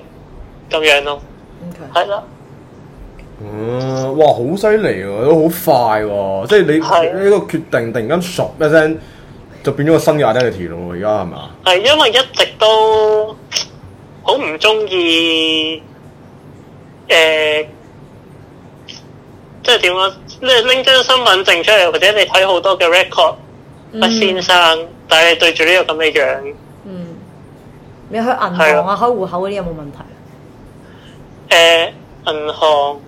C: 咁樣咯，
B: ，OK
C: 係啦。
A: 嗯，哇，好犀利喎，都好快喎，即係
C: 係
A: 你呢個決定突然間唰一聲就變咗個新嘅 identity 咯喎，而家係啊嘛？
C: 係因為一直都好唔中意誒，即係點講？你拎張身份證出嚟，或者你睇好多嘅 record，阿先生，但係你對住呢個咁嘅樣，
B: 嗯，你去銀行
C: 係
B: 啊、
C: 啊
B: 開户口嗰啲有冇問題？
C: 誒、呃銀行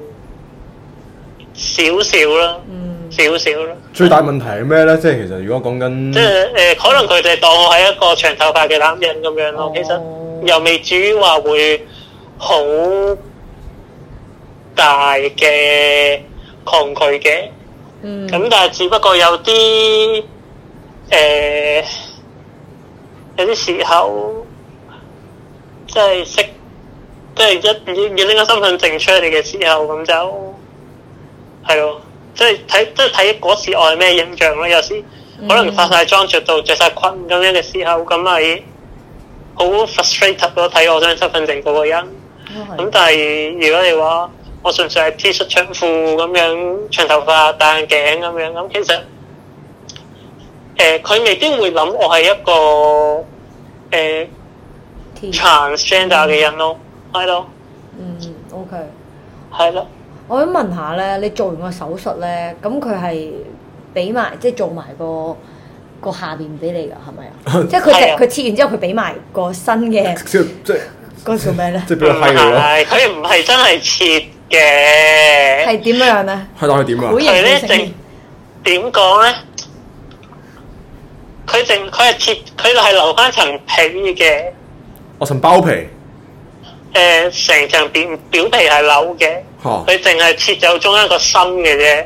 C: 少少啦，
B: 嗯
C: 少少啦，
A: 最大問題係咩咧？即係其實如果講緊
C: 即係誒、呃可能佢哋當我係一個長頭髮嘅男人咁樣咯
B: 哦。
C: 其實又未至於話會好大嘅抗拒嘅。
B: 嗯，
C: 咁但係只不過有啲誒、呃有啲時候即係識，即係一要要拎個身份證出嚟嘅時候，咁就係咯，即係睇即係睇嗰時我係咩形象咯。有時可能化晒妝、着到着晒裙咁樣嘅時候，咁咪好 frustrated 咯。睇我張身份證嗰個人。
B: 都係
C: 咁但係如果你話我純粹係 T 恤長褲咁樣，長頭髮戴眼鏡咁樣，咁其實誒佢、未必會諗我係一個誒、呃、
B: T，
C: transgender 嘅人咯，係咯，
B: 嗯，OK。
C: 係咯，
B: 我想問下咧，你做完個手術咧，咁佢係俾埋即係做埋個個下邊俾你㗎，
A: [LAUGHS]
B: 係咪啊？即係佢
C: 係啊
B: 就佢切完之後，佢俾埋個新嘅
A: 即係即係
B: 嗰個叫咩咧？
A: 即係
C: 唔
A: 俾佢閪你咯，
C: 係佢唔係真係切嘅，
B: 係點樣咧？
A: 閪到佢點啊？
B: 好
C: 佢
B: 形
C: 咧
B: 式
C: 淨點講咧？佢淨佢係切，佢係留翻層皮嘅，
A: 我層包皮
C: 誒、成層表表皮係扭嘅。
A: 嚇，
C: 佢淨係切走中間個心嘅啫，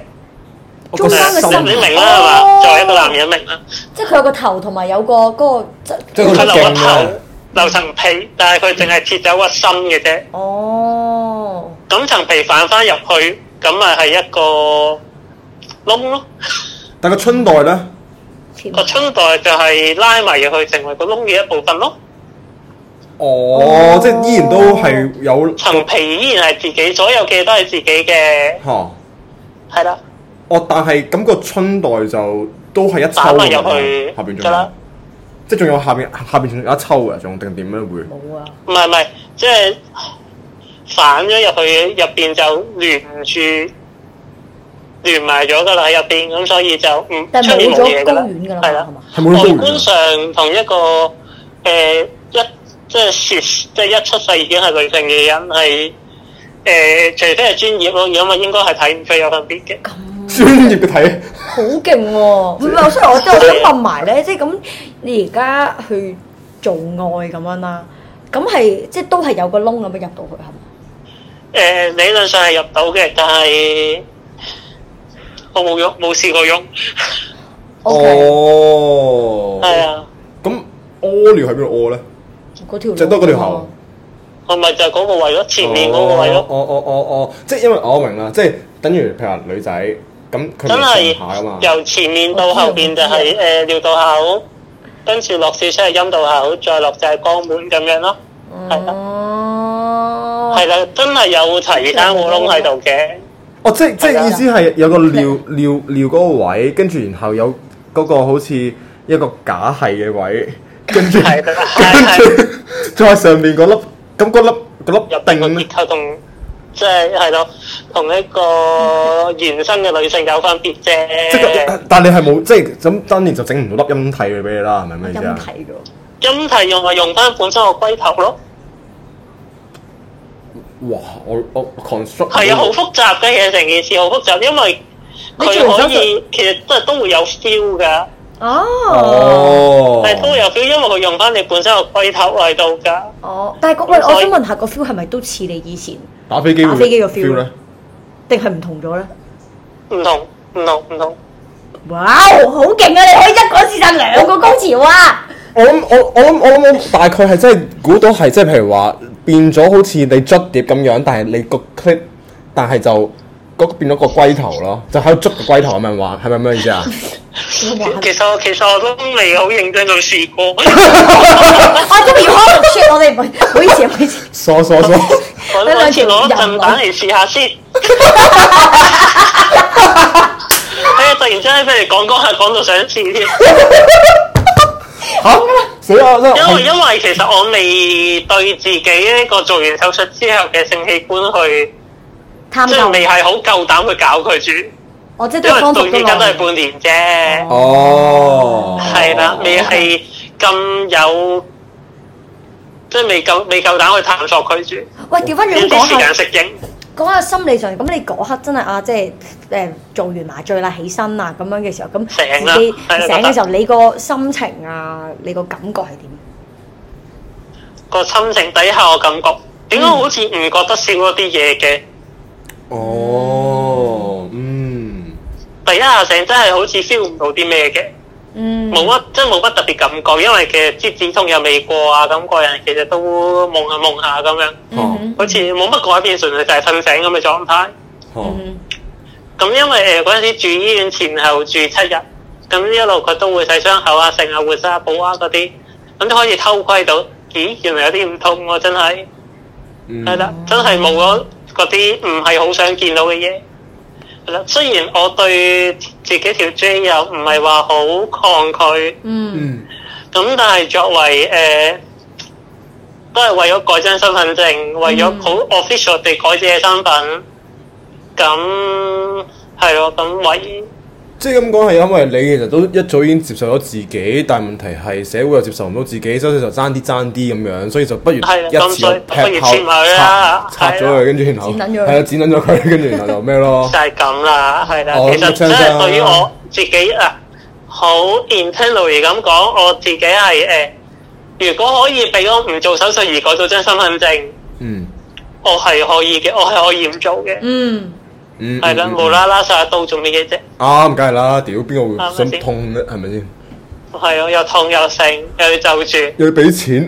A: 我
B: 中
A: 個
B: 間嘅
A: 心
B: 心
C: 你明啦係
B: 哦
C: 嘛？作為一個男人明啦，
B: 即係佢有個頭同埋有個嗰個即
A: 即係佢
C: 佢留個
A: 勁啊
C: 頭，留層皮，但係佢淨係切走個心嘅啫。
B: 哦，
C: 咁層皮反翻入去，咁咪係一個窿咯。
A: 但個春袋咧，
B: 切埋
C: 個春袋就係拉埋入去，成為個窿嘅一部分咯。
A: 哦，即係依然都係有
C: 層皮依然係自己，所有嘅都係自己嘅，
A: 嚇。
C: 係啦，
A: 哦，但係咁個春袋就都係一抽
C: 打埋
A: 㗎嘛
C: 入去
A: 下邊仲
C: 㗎啦
A: 有，即係仲有下邊下邊仲有一抽嘅，仲定點樣會？
B: 冇啊，
C: 唔係唔係，即係反咗入去入邊就連住連埋咗㗎啦喺入邊，咁所以就唔
B: 但係
C: 出面
B: 冇
C: 冇
B: 咗
C: 嘢㗎
B: 公
C: 啦，
B: 園㗎啦
C: 係
B: 嘛，
C: 啦
B: 係，嘛？
A: 係冇
C: 外
A: 咁
C: 觀上同一個誒、呃一即係涉即係一出世已經係女性嘅人係誒、呃除非係專業咯，如果咪應該係睇唔出有分別嘅。
A: 專業嘅睇，
B: 好勁喎！唔係，所以我即係我
C: 啊
B: 想問埋咧，即係咁你而家去做愛咁樣啦，咁係即係都係有個窿咁樣入到去係嘛？
C: 誒、呃理論上係入到嘅，但係我冇用冇試過用，
B: ？OK，
A: 哦，
C: 係啊。
A: 咁屙尿喺邊度屙咧？
B: 嗰條
A: 就
B: 路
A: 得嗰條
B: 喎
A: 喉。
C: 我咪就係嗰個位咯，前面嗰個位
A: 哦
C: 咯，
A: 哦哦哦哦，即係因為我明啦，即係等於譬如話女仔咁，佢
C: 真係
A: 咪上下噶嘛？哦
C: 啊
A: 啊
C: 由前面到後邊就係誒尿道口，跟住落少出係陰道口，再落就係肛門咁樣咯。係啦
B: 哦，
C: 係啦，真係有提生個窿喺度嘅，
A: 哦，即係即
C: 係
A: 係
C: 啊
A: 意思係有個尿尿尿嗰個位，跟住然後有嗰個好似一個假係嘅位，跟住
C: 係啦，係係
A: 跟住 [LAUGHS] 再上面嗰粒，咁嗰粒嗰
C: 入
A: 粒
C: 邊個
A: 定
C: 結
A: 咧，
C: 構同即係係咯，同一個原生嘅女性有分別
A: 即
C: 啫
A: 係。但你係冇即係咁，當然就整唔到粒陰蒂佢俾你啦，係咪咩意思
B: 陰
A: 啊？
B: 蒂㗎喎。
C: 陰蒂用咪用翻本身個龜頭咯，
A: 哇！我我 construct
C: 係啊，好複雜嘅其實成件事好複雜，因為
B: 你做
C: 佢
B: 完
C: 可
B: 手術
C: 以其實真係都會有 feel 㗎。
B: 哦，
A: 哦，
C: 係都有 feel，因為佢用翻你本身個龜頭嚟到㗎。
B: 哦，但係個喂，我想問下個 feel 係咪都似你以前，
A: 打飛機會
B: 打飛機嘅 feel
A: 咧，
B: 定係唔同咗咧？
C: 唔同唔同唔同，
B: 哇，好勁啊！你可以一個事實兩個高潮啊！
A: 我諗我我諗我諗我大概係真係估到係即係譬如話變咗好似你捽碟咁樣，但係你個 clip 但係就嗰變咗個龜頭咯，就喺度捉個龜頭咁樣玩，係咪咁嘅意思啊？
B: 哇
C: 其實我其實我都未好認真咁
B: [LAUGHS]
C: 試過，
B: 啊，都 [LAUGHS] 要開 shit，我哋唔係，唔好意思，唔好意思，
A: 疏疏疏，
C: 我都諗住攞
B: 啊
C: 震蛋嚟試
B: [LAUGHS]
C: 下先。哎呀！突然之間俾你講講下，講到想試添。
A: 嚇死啦！真
B: [LAUGHS]
C: 因為
A: 係
C: 因為其實我未對自己呢個做完手術之後嘅性器官去，
B: 探
C: 即係未
B: 究，
C: 係好夠膽去搞佢住，
B: 我即係
C: 因
B: 對
C: 為
B: 方讀
C: 到
B: 咗
C: 依家都係
B: 耐，
C: 半年啫，
A: 哦，
C: 係啦，未係咁有，即係未夠未夠膽去探索佢住，
B: 喂，調翻
C: 要
B: 轉咁講
C: 啲
B: 下
C: 時間。適應。
B: 講下心理上，咁你嗰刻真係啊，即係誒做完麻醉啦，起身啊啦咁樣嘅時候，咁
C: 醒啦
B: 自己
C: 係啦
B: 醒嘅時候，你個心情啊，你個感覺係點？
C: 個心情底下，我感覺點解好似唔覺得少咗啲嘢嘅？
A: 哦，嗯，
C: 第一下醒真係好似 feel 唔到啲咩嘅，
B: 嗯，
C: 冇乜真係冇乜特別感覺，因為其實啲止痛又未過啊，咁個人其實都夢下夢下咁樣，
B: 嗯
C: 好似冇乜改變，純粹就係瞓醒咁嘅狀態。
A: 哦，
B: 嗯
C: 咁因為誒呃嗰陣時住醫院前後住七日，咁一路佢都會洗傷口啊、剩啊、換紗布啊嗰啲，咁都可以偷窺到，咦原來有啲唔痛喎、真係。
A: 嗯
C: 係啦，真係冇咗嗰啲唔係好想見到嘅嘢。係啦，雖然我對自己條 J 又唔係話好抗拒，
B: 嗯
A: 嗯，
C: 咁但係作為誒、呃都係為咗改張身份證，為咗好 official 地改自己身份，咁係咯，咁為
A: 即係咁講係因為你其實都一早已經接受咗自己，但係問題係社會又接受唔到自己，所以就爭啲爭啲咁樣，所以就不如一
C: 係啦咁
A: 次過
C: 所以不
A: 劈
C: 如
A: 炮
C: 切埋佢啦
A: 拆拆咗
C: 係啊
A: 佢，
C: 啦
A: 跟住然後
B: 剪撚咗佢
A: 係啊，剪撚咗佢，跟住然後就咩咯
C: 就？係咁啦，係啦，
A: 哦
C: 其實
A: 咁
C: 真
A: 真真
C: 係對於我自己啊，好 internally 咁講，我自己係誒、呃如果可以俾我唔做手術而改到張身份證，
A: 嗯
C: 我係可以嘅，我係可以唔做嘅，
B: 嗯，
A: 嗯，
C: 係啦
A: 嗯，嗯
C: 無啦啦殺刀做咩嘢啫？
A: 啱，梗係啦，屌邊個會
C: 啱唔
A: 想
C: 啱
A: 痛咧？係咪先？
C: 係啊，又痛又剩，又要就
A: [LAUGHS]
C: 住，
A: 又要俾錢，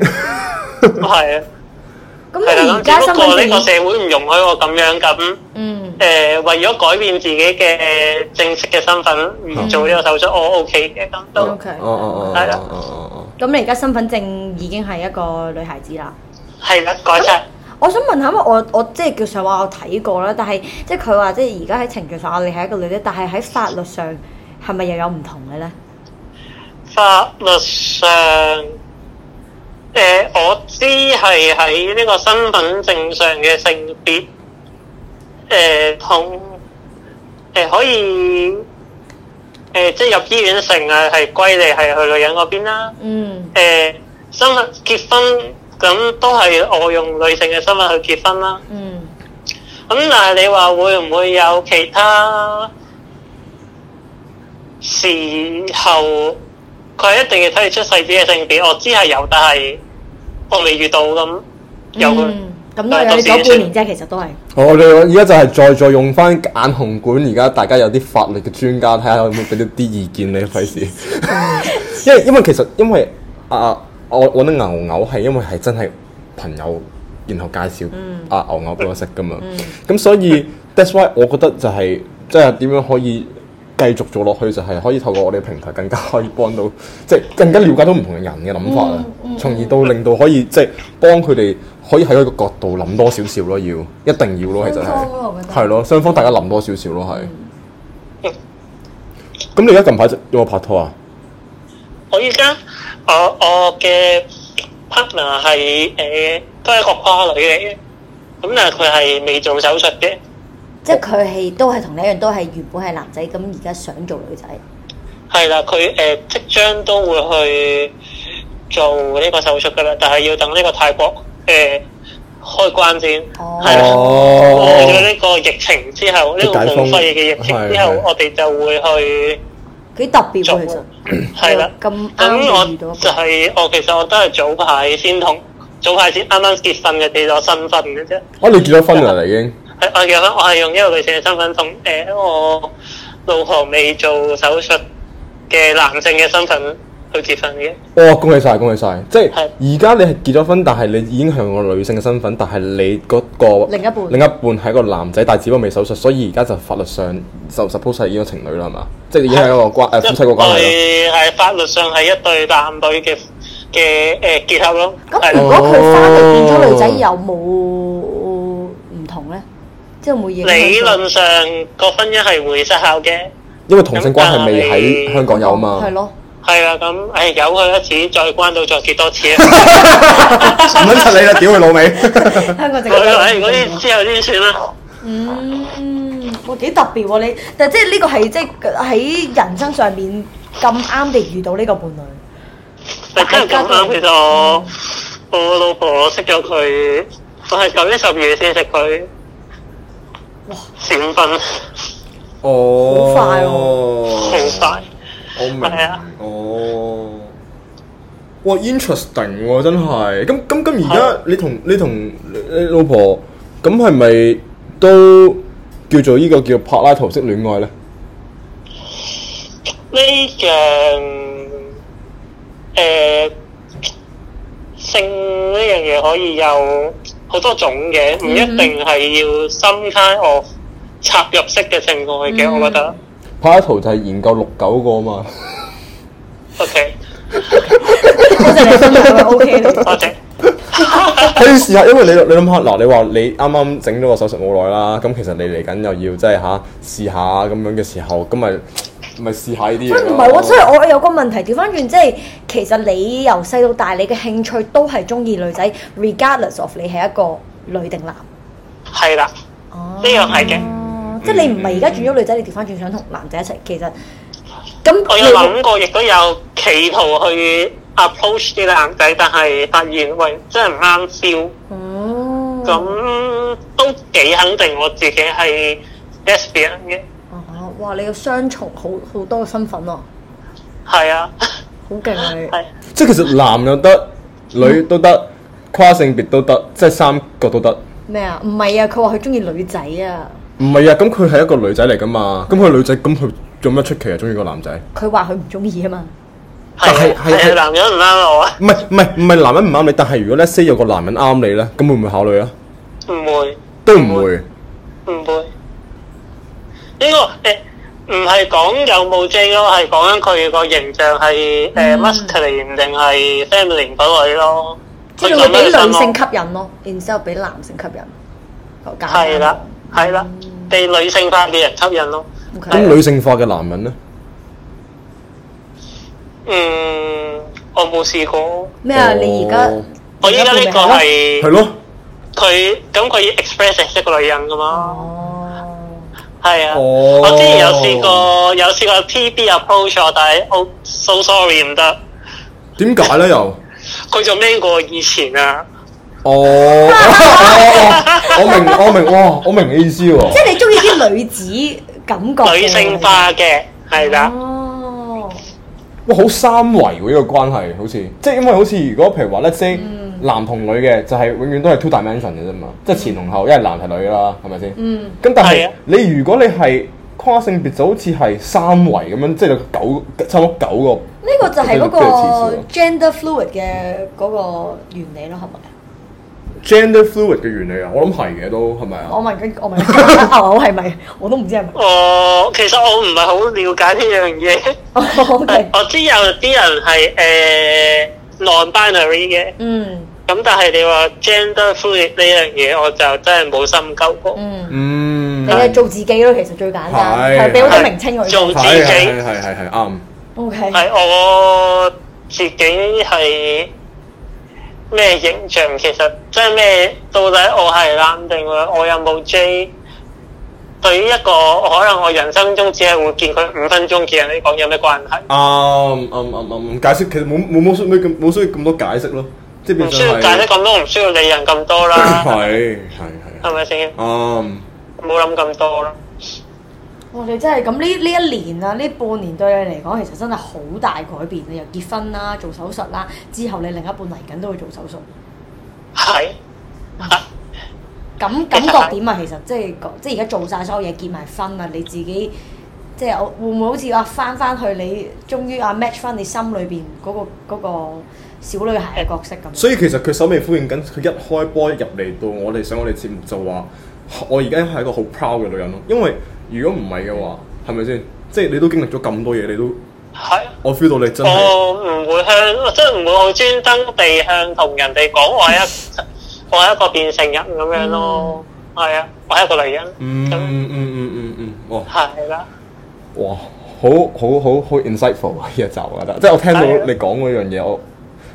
C: 係啊，
B: 咁
C: 係
B: 你嗯
C: 啦。
B: 而
C: 咁
B: 家
C: 只
B: 身
C: 不
B: 份
C: 過呢個
B: 證，
C: 社會唔容許我咁樣咁。
B: 嗯
C: 誒、為咗改變自己嘅正式嘅身份，唔做呢個手術，我 OK 嘅，咁都
B: ，OK，
A: 哦哦哦，
C: 係啦
A: 哦哦
B: 咁你而家身份證已經係一個女孩子啦。
C: 係啦，改晒。
B: 我想問下，因為我我即係叫上話我睇過啦，但係即係佢話即係而家喺程序上你係一個女仔，但係喺法律上係咪又有唔同嘅咧？
C: 法律上，誒、我知係喺呢個身份證上嘅性別，誒、同誒、可以誒、即係入醫院性啊，係歸你係去女人嗰邊啦。
B: 嗯
C: 誒、身份結婚咁都係我用女性嘅身份去結婚啦。
B: 嗯
C: 咁但係你話會唔會有其他時候，佢一定要睇你出世紙嘅性別？我知係有，但係我未遇到咁有佢。
B: 嗯咁都有你九半年啫，其實都係。
A: 哦，我哋而家就係再再用翻眼紅館，而家大家有啲法律嘅專家睇下有冇俾啲啲意見你，費事。因為因為其實因為啊，我揾得牛牛係因為係真係朋友，然後介紹、
B: 嗯
A: 啊牛牛俾我識噶嘛。咁、所以 that's why 我覺得就係即係點樣可以繼續做落去，就係、可以透過我哋平台更加可以幫到，即係更加了解到唔同嘅人嘅諗法啊，
B: 嗯
A: 從而到令到可以即係幫佢哋可以喺一個角度諗多少少咯，要一定要咯，其實
B: 雙方咯
A: 係
B: 我覺得嗯
A: 係咯，雙方大家諗多少少咯，係。咁你而家近排有冇拍拖啊？
C: 我依家我我嘅 partner 係誒、呃都係一個跨女嚟嘅，咁但係佢係未做手術嘅，
B: 即係佢係都係同你一樣，都係原本係男仔，咁而家想做女仔。
C: 係啦，佢誒、呃即將都會去做呢個手術噶啦，但係要等呢個泰國誒、呃、開關先，
B: 哦
C: 係啦、過咗呢個疫情之後，呢
A: 即
C: 個
A: 解封
C: 冇肺嘅疫情之後
A: 係係，
C: 我哋就會去
B: 幾特別喎，
C: 做
B: 其實。，啊
C: 係啦。
B: 咁
C: 咁我
B: 啱遇到一個。
C: 就係我其實我都係早排先同早排先啱啱結婚嘅，俾咗身份嘅啫。
A: 哦，你結咗婚啦，你已經。
C: 係我結婚，我係用一個女性嘅身份同呃誒我老婆未做手術嘅男性嘅身份去結婚嘅。
A: 哦，恭喜晒，恭喜晒！即係
C: 係
A: 而家你係結咗婚，但係你已經向個女性嘅身份，但係你嗰、個
B: 另一半
A: 另一半係一個男仔，但係只不過未手術，所以而家就法律上就 suppose 係已經情侶啦，係嘛？即係已經係一個關
C: 哦
A: 誒夫妻個關係啦。
C: 係係法律上係一對男女嘅嘅誒結合咯。
B: 咁
C: 係
A: 哦
B: 如果佢翻嚟變咗女仔，有冇唔同咧？即係會影響到
C: 理論上個婚姻係會失效嘅，
A: 因為同性關係未喺香港有啊嘛。
B: 係咯，
C: 係啦，咁誒由佢一次，再關到再結多次啊！
A: [LAUGHS] 唔撚柒你啦，屌佢老味！
B: 香港淨
C: 佢話
B: 係
C: 誒嗰啲之後先算啦。
B: 嗯，哇幾特別喎你！但係即係呢個係即係喺人生上面咁啱地遇到呢個伴侶，
C: 但真係咁啱，其實我我老婆我識咗佢，我係九一十月先識佢，閃婚
A: 哦，
B: 好快喎
C: 好快。
A: 我明
C: 係啊
A: 哦，哇，interesting 喎、真係。咁咁咁，而
C: 係
B: 啊
A: 家你同你同你你老婆咁係咪都叫做呢個叫柏拉圖式戀愛咧？
C: 呢樣誒性呢樣嘢可以有好多種嘅，唔一定係要 some kind of 插入式嘅性愛嘅，我覺得。
A: 柏拉圖就係研究六九個啊
B: [LAUGHS]
A: 嘛。
C: O K，
B: 多謝你分享，O K 你。
C: 多謝。
A: 可以試下，因為你你諗下嗱，你話你啱啱整咗個手術冇耐啦，咁其實你嚟緊又要即係吓試下咁樣嘅時候，咁咪咪試下呢啲嘢
B: 喂
A: 咯。
B: 唔係喎，所以我有個問題調翻轉，即係其實你由細到大，你嘅興趣都係中意女仔，regardless of 你係一個女定男。
C: 係啦，
B: 哦
C: 呢樣係嘅。
B: 哦即係你唔係而家轉咗女仔，你調翻轉想同男仔一齊，其實咁
C: 我有
B: 你
C: 諗過，亦都有企圖去 approach 啲男仔，但係發現喂真係唔啱 feel。
B: 哦，
C: 咁都幾肯定我自己係 lesbian 嘅，
B: 哦哇！你個雙重好好多個身份喎、
C: 係啊，
B: 好勁啊你！
C: 係。
A: 即係其實男又得，女都得，跨性別都得，即係三個都得。
B: 咩啊？唔係啊，佢話佢中意女仔啊，
A: 唔係啊，咁佢係一個女仔嚟噶嘛，咁佢女仔，咁佢做乜出奇啊？中意個男仔？
B: 佢話佢唔中意啊嘛。
A: 但係
C: 係
A: 係係
C: 係男人唔啱我啊，
A: 唔係唔係唔係男人唔啱你，但係如果咧 say 有個男人啱你咧，咁會唔會考慮啊？
C: 唔會
A: 都唔會。
C: 唔會。呢個誒唔係講有冇 J 咯，係講緊佢個形象係誒
B: 嗯
C: masculine 定係 feminine 嗰類咯。
B: 即係
C: 佢
B: 會
C: 咁
B: 俾
C: 樣
B: 女
C: 想
B: 性
C: 我
B: 吸引咯，然之後俾男性吸引。好簡單
C: 係啦，係啦，被女性化嘅人吸引咯。
B: OK
A: 咁女性化嘅男人咧，
C: 嗯，我冇試過。
B: 咩啊？你而家
A: 哦
C: 我依家呢個係
A: 係咯，
C: 佢咁佢 express 係一個女人噶嘛，
B: 啊哦，
C: 係啊。
A: 哦
C: 我之前有試過有試過 PB approach 我，但係我 so sorry 唔得。
A: 點解咧又？
C: 佢仲孭過以前啊，
A: 哦，哦哦我明我明哇，我明你意思喎
B: 即。係你中意啲女子感覺嘅
C: [LAUGHS] 女性化啊嘅，係啦，
B: 哦，
A: 哇，好三維喎呢個關係，好似即係因為好似如果譬如話咧，即係
B: 嗯
A: 男同女嘅就係永遠都係 two dimension 嘅啫嘛，即係前同後，一係男係女啦，係咪先？
B: 嗯，
A: 咁但
C: 係
A: 係
C: 啊
A: 你如果你係跨性別，就好似係三維咁樣，即係有九差唔多九
B: 呢個就係嗰個
A: 真係黐線
B: gender fluid 嘅嗰個原理咯，係咪？
A: 個 gender fluid 嘅原理啊！我諗係嘅都係咪
B: 我
A: 啊？
B: 問緊，我問緊 [LAUGHS] 牛牛係咪？我都唔知係咪。 [LAUGHS]
C: 我其實我唔係好了解呢樣嘢，
B: O K，
C: 我知有啲人係誒、呃 non-binary 嘅，
B: 嗯
C: 咁但係你話 gender fluid 呢樣嘢，我就真係冇深究過。
B: 嗯，
A: 嗯，
B: 你係做自己咯，其實最簡單，
A: 係
B: 係俾好多名稱我
C: 做
B: 哋。
C: 自
A: 係係
C: 己
A: 係係係啱。
B: O K，
C: 係我自己係咩形象，其實即係咩？到底我係男定女？我有冇 J？對於一個可能我人生中只係會見佢五分鐘嘅人嚟講，有咩關係？
A: 啱啱啱啱啱解釋，其實冇冇冇需要咁冇需要咁多解釋咯，即係
C: 唔
A: 變
C: 需要
A: 相
C: 解
A: 係
C: 釋咁多，唔需要理人咁多啦，
A: 係係係
C: 係咪先？
A: 啱。
C: 冇諗咁多啦。
B: 我哋真係咁呢呢一年啊，呢半年對你嚟講，其實真係好大改變啊！又結婚啦，做手術啦，之後你另一半嚟緊都會做手術，
C: 係，係
B: 啊感感覺點啊？其實即係即係而家做晒所有嘢，結埋婚啦，你自己即係我會唔會好似話翻翻去你，終於啊 match 翻你心裏邊嗰個嗰、個小女孩嘅角色咁？
A: 所以其實佢首尾呼應緊，佢一開波入嚟到我哋上我哋節目就話，我而家係一個好 proud 嘅女人咯。因為如果唔係嘅話，係咪先？即係你都經歷咗咁多嘢，你都哦
C: 係。
A: 我 feel 到你真係
C: 我唔會向，即係唔會好專登地向同人哋講我係一 [LAUGHS] 我係一個變性人咁樣咯。係啊，我係一個女人。
A: 嗯
C: 咁
A: 嗯嗯嗯嗯嗯，哇
C: 係啦，
A: 哇，好好好好 insightful 啊！呢一集我覺得，即係我聽到
C: 係啊哦
A: 你講嗰樣嘢，我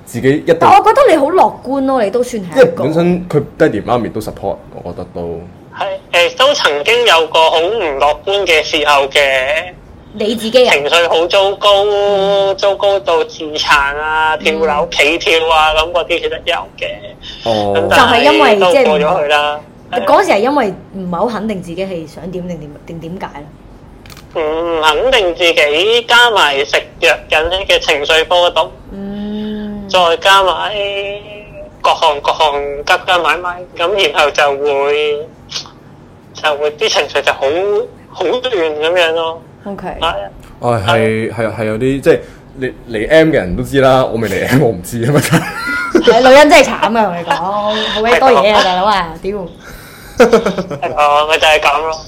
A: 自己一定，
B: 但我覺得你好樂觀咯，你都算
A: 因為
B: 係一個
A: 本身佢爹哋媽咪都 support，我覺得都
C: 係誒都曾經有個好唔樂觀嘅時候嘅。
B: 你自己啊，
C: 情緒好糟糕，糟糕到自殘啊、跳樓、企跳啊咁嗰啲，其實有嘅。咁
A: 哦
C: 但
B: 就係因為
C: 都
B: 即係
C: 過咗去啦。
A: 啊
B: 嗰時係因為唔係好肯定自己係想點定點定點解啦。
C: 唔肯定自己，加埋食藥引起嘅情緒波動，
B: 嗯，
C: 再加埋各行各行急急買買，咁然後就會就會啲情緒就好好亂咁樣咯。
B: OK，
C: 啊
A: 唉哦係係係有啲即係嚟嚟 M 嘅人都知啦，我未嚟 M 我唔知啊嘛。
B: [LAUGHS] 係女人真係慘啊嘅，同你講，好鬼多嘢啊，大佬啊，屌！
C: 係啊，咪就係咁咯。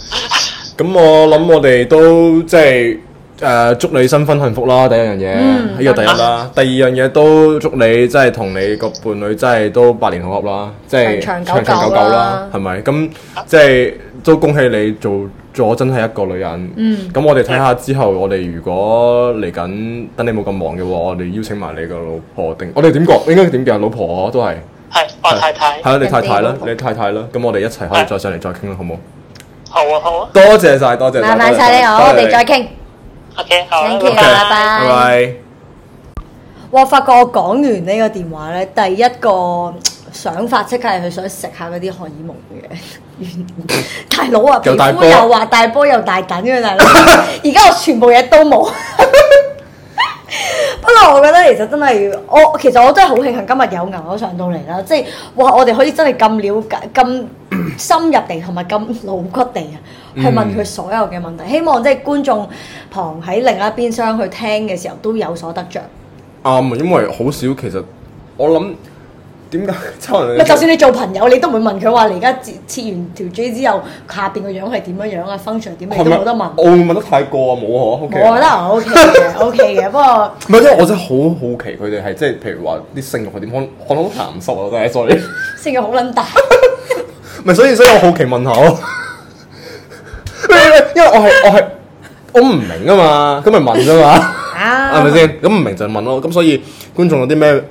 A: 咁我諗我哋都即係誒祝你新婚幸福啦，第一樣嘢
B: 嗯
A: 呢個第一啦。第二樣嘢都祝你即係同你個伴侶真係都百年好合啦，即係
B: 長長久久啦
A: 長係咪？咁即係都恭喜你做咗真係一個女人。
B: 嗯
A: 咁我哋睇下之後，我哋如果嚟緊等你冇咁忙嘅話，我哋邀請埋你個老婆定我哋點講？應該點叫老婆都係
C: 係我太太，
A: 係啊，你太太
B: 人哋老
A: 啦，
B: 婆
A: 你太太啦。咁我哋一齊可以
C: 係
A: 再上嚟再傾啦，好冇？
C: 好啊好啊
A: 多謝晒，多謝晒，
B: 麻煩
A: 多謝
B: 晒你，我
A: 多謝
B: 哋再傾。
C: ，OK 好啊
B: Thank you，
C: 拜
B: 拜拜
A: 拜拜。
B: 哇！發覺我講完呢個電話咧，第一個想法即刻係佢想食下嗰啲荷爾蒙嘅。 [LAUGHS] 大佬啊，皮
A: 又大
B: 膚
A: 波
B: 又話大波又大緊嘅大
A: [LAUGHS]
B: 佬，而家我全部嘢都冇。 [LAUGHS] 不過我覺得其實真係，我其實我真係好慶幸今日有牛牛上到嚟啦，即係哇！我哋可以真係咁了解、咁深入地同埋咁露骨地啊，
A: 嗯
B: 去問佢所有嘅問題。希望即係觀眾旁喺另一邊廂去聽嘅時候都有所得着。
A: 啱啊，因為好少其實我諗點解 [LAUGHS] 可能
B: 咪啊就算你做朋友，你都唔會問佢話你而家切切完條 J 之後，下邊個樣係點樣樣啊？function 係點你
A: 係
B: 都
A: 咪
B: 冇得問。
A: 我會問得太過啊，冇可 O
B: 我
A: K。
B: 覺得 O K
A: [LAUGHS]
B: 嘅，O K 嘅。不過
A: 唔係，因為我真係好好奇佢哋係即係譬如話啲性慾係點，可能可能好鹹濕啊，真係 sorry。
B: 性慾好撚大，
A: 唔係，所以所以我好 [LAUGHS] 奇問下咯，因為我係我係我唔明啊嘛，咁咪問啫嘛。
B: 啊
A: 係咪？先？咁唔明就問咯。咁所以觀眾有啲咩，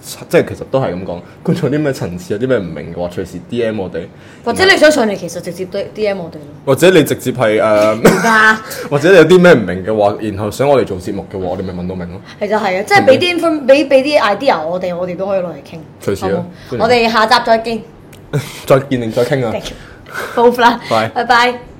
A: 即係其實都係咁講。 [LAUGHS] 觀眾有啲咩層次，有啲咩唔明嘅話，隨時 D M 我哋，
B: 或者你想上嚟，其實直接 D M 我哋咯。
A: 或者你直接係誒。
B: [LAUGHS] 而家
A: 或者你有啲咩唔明嘅話，然後想我哋做節目嘅話，我哋咪問到明咯。
B: 其實係啊，即係俾啲 inform 俾俾啲 idea 我哋，我哋都可以攞嚟傾。
A: 嗯隨時啊
B: 好
A: 歡
B: 冇
A: 迎
B: 我哋下集再見
A: 再見定再傾啊！ [LAUGHS]
B: ，thank you，both 啦，
A: Bye
B: 拜拜。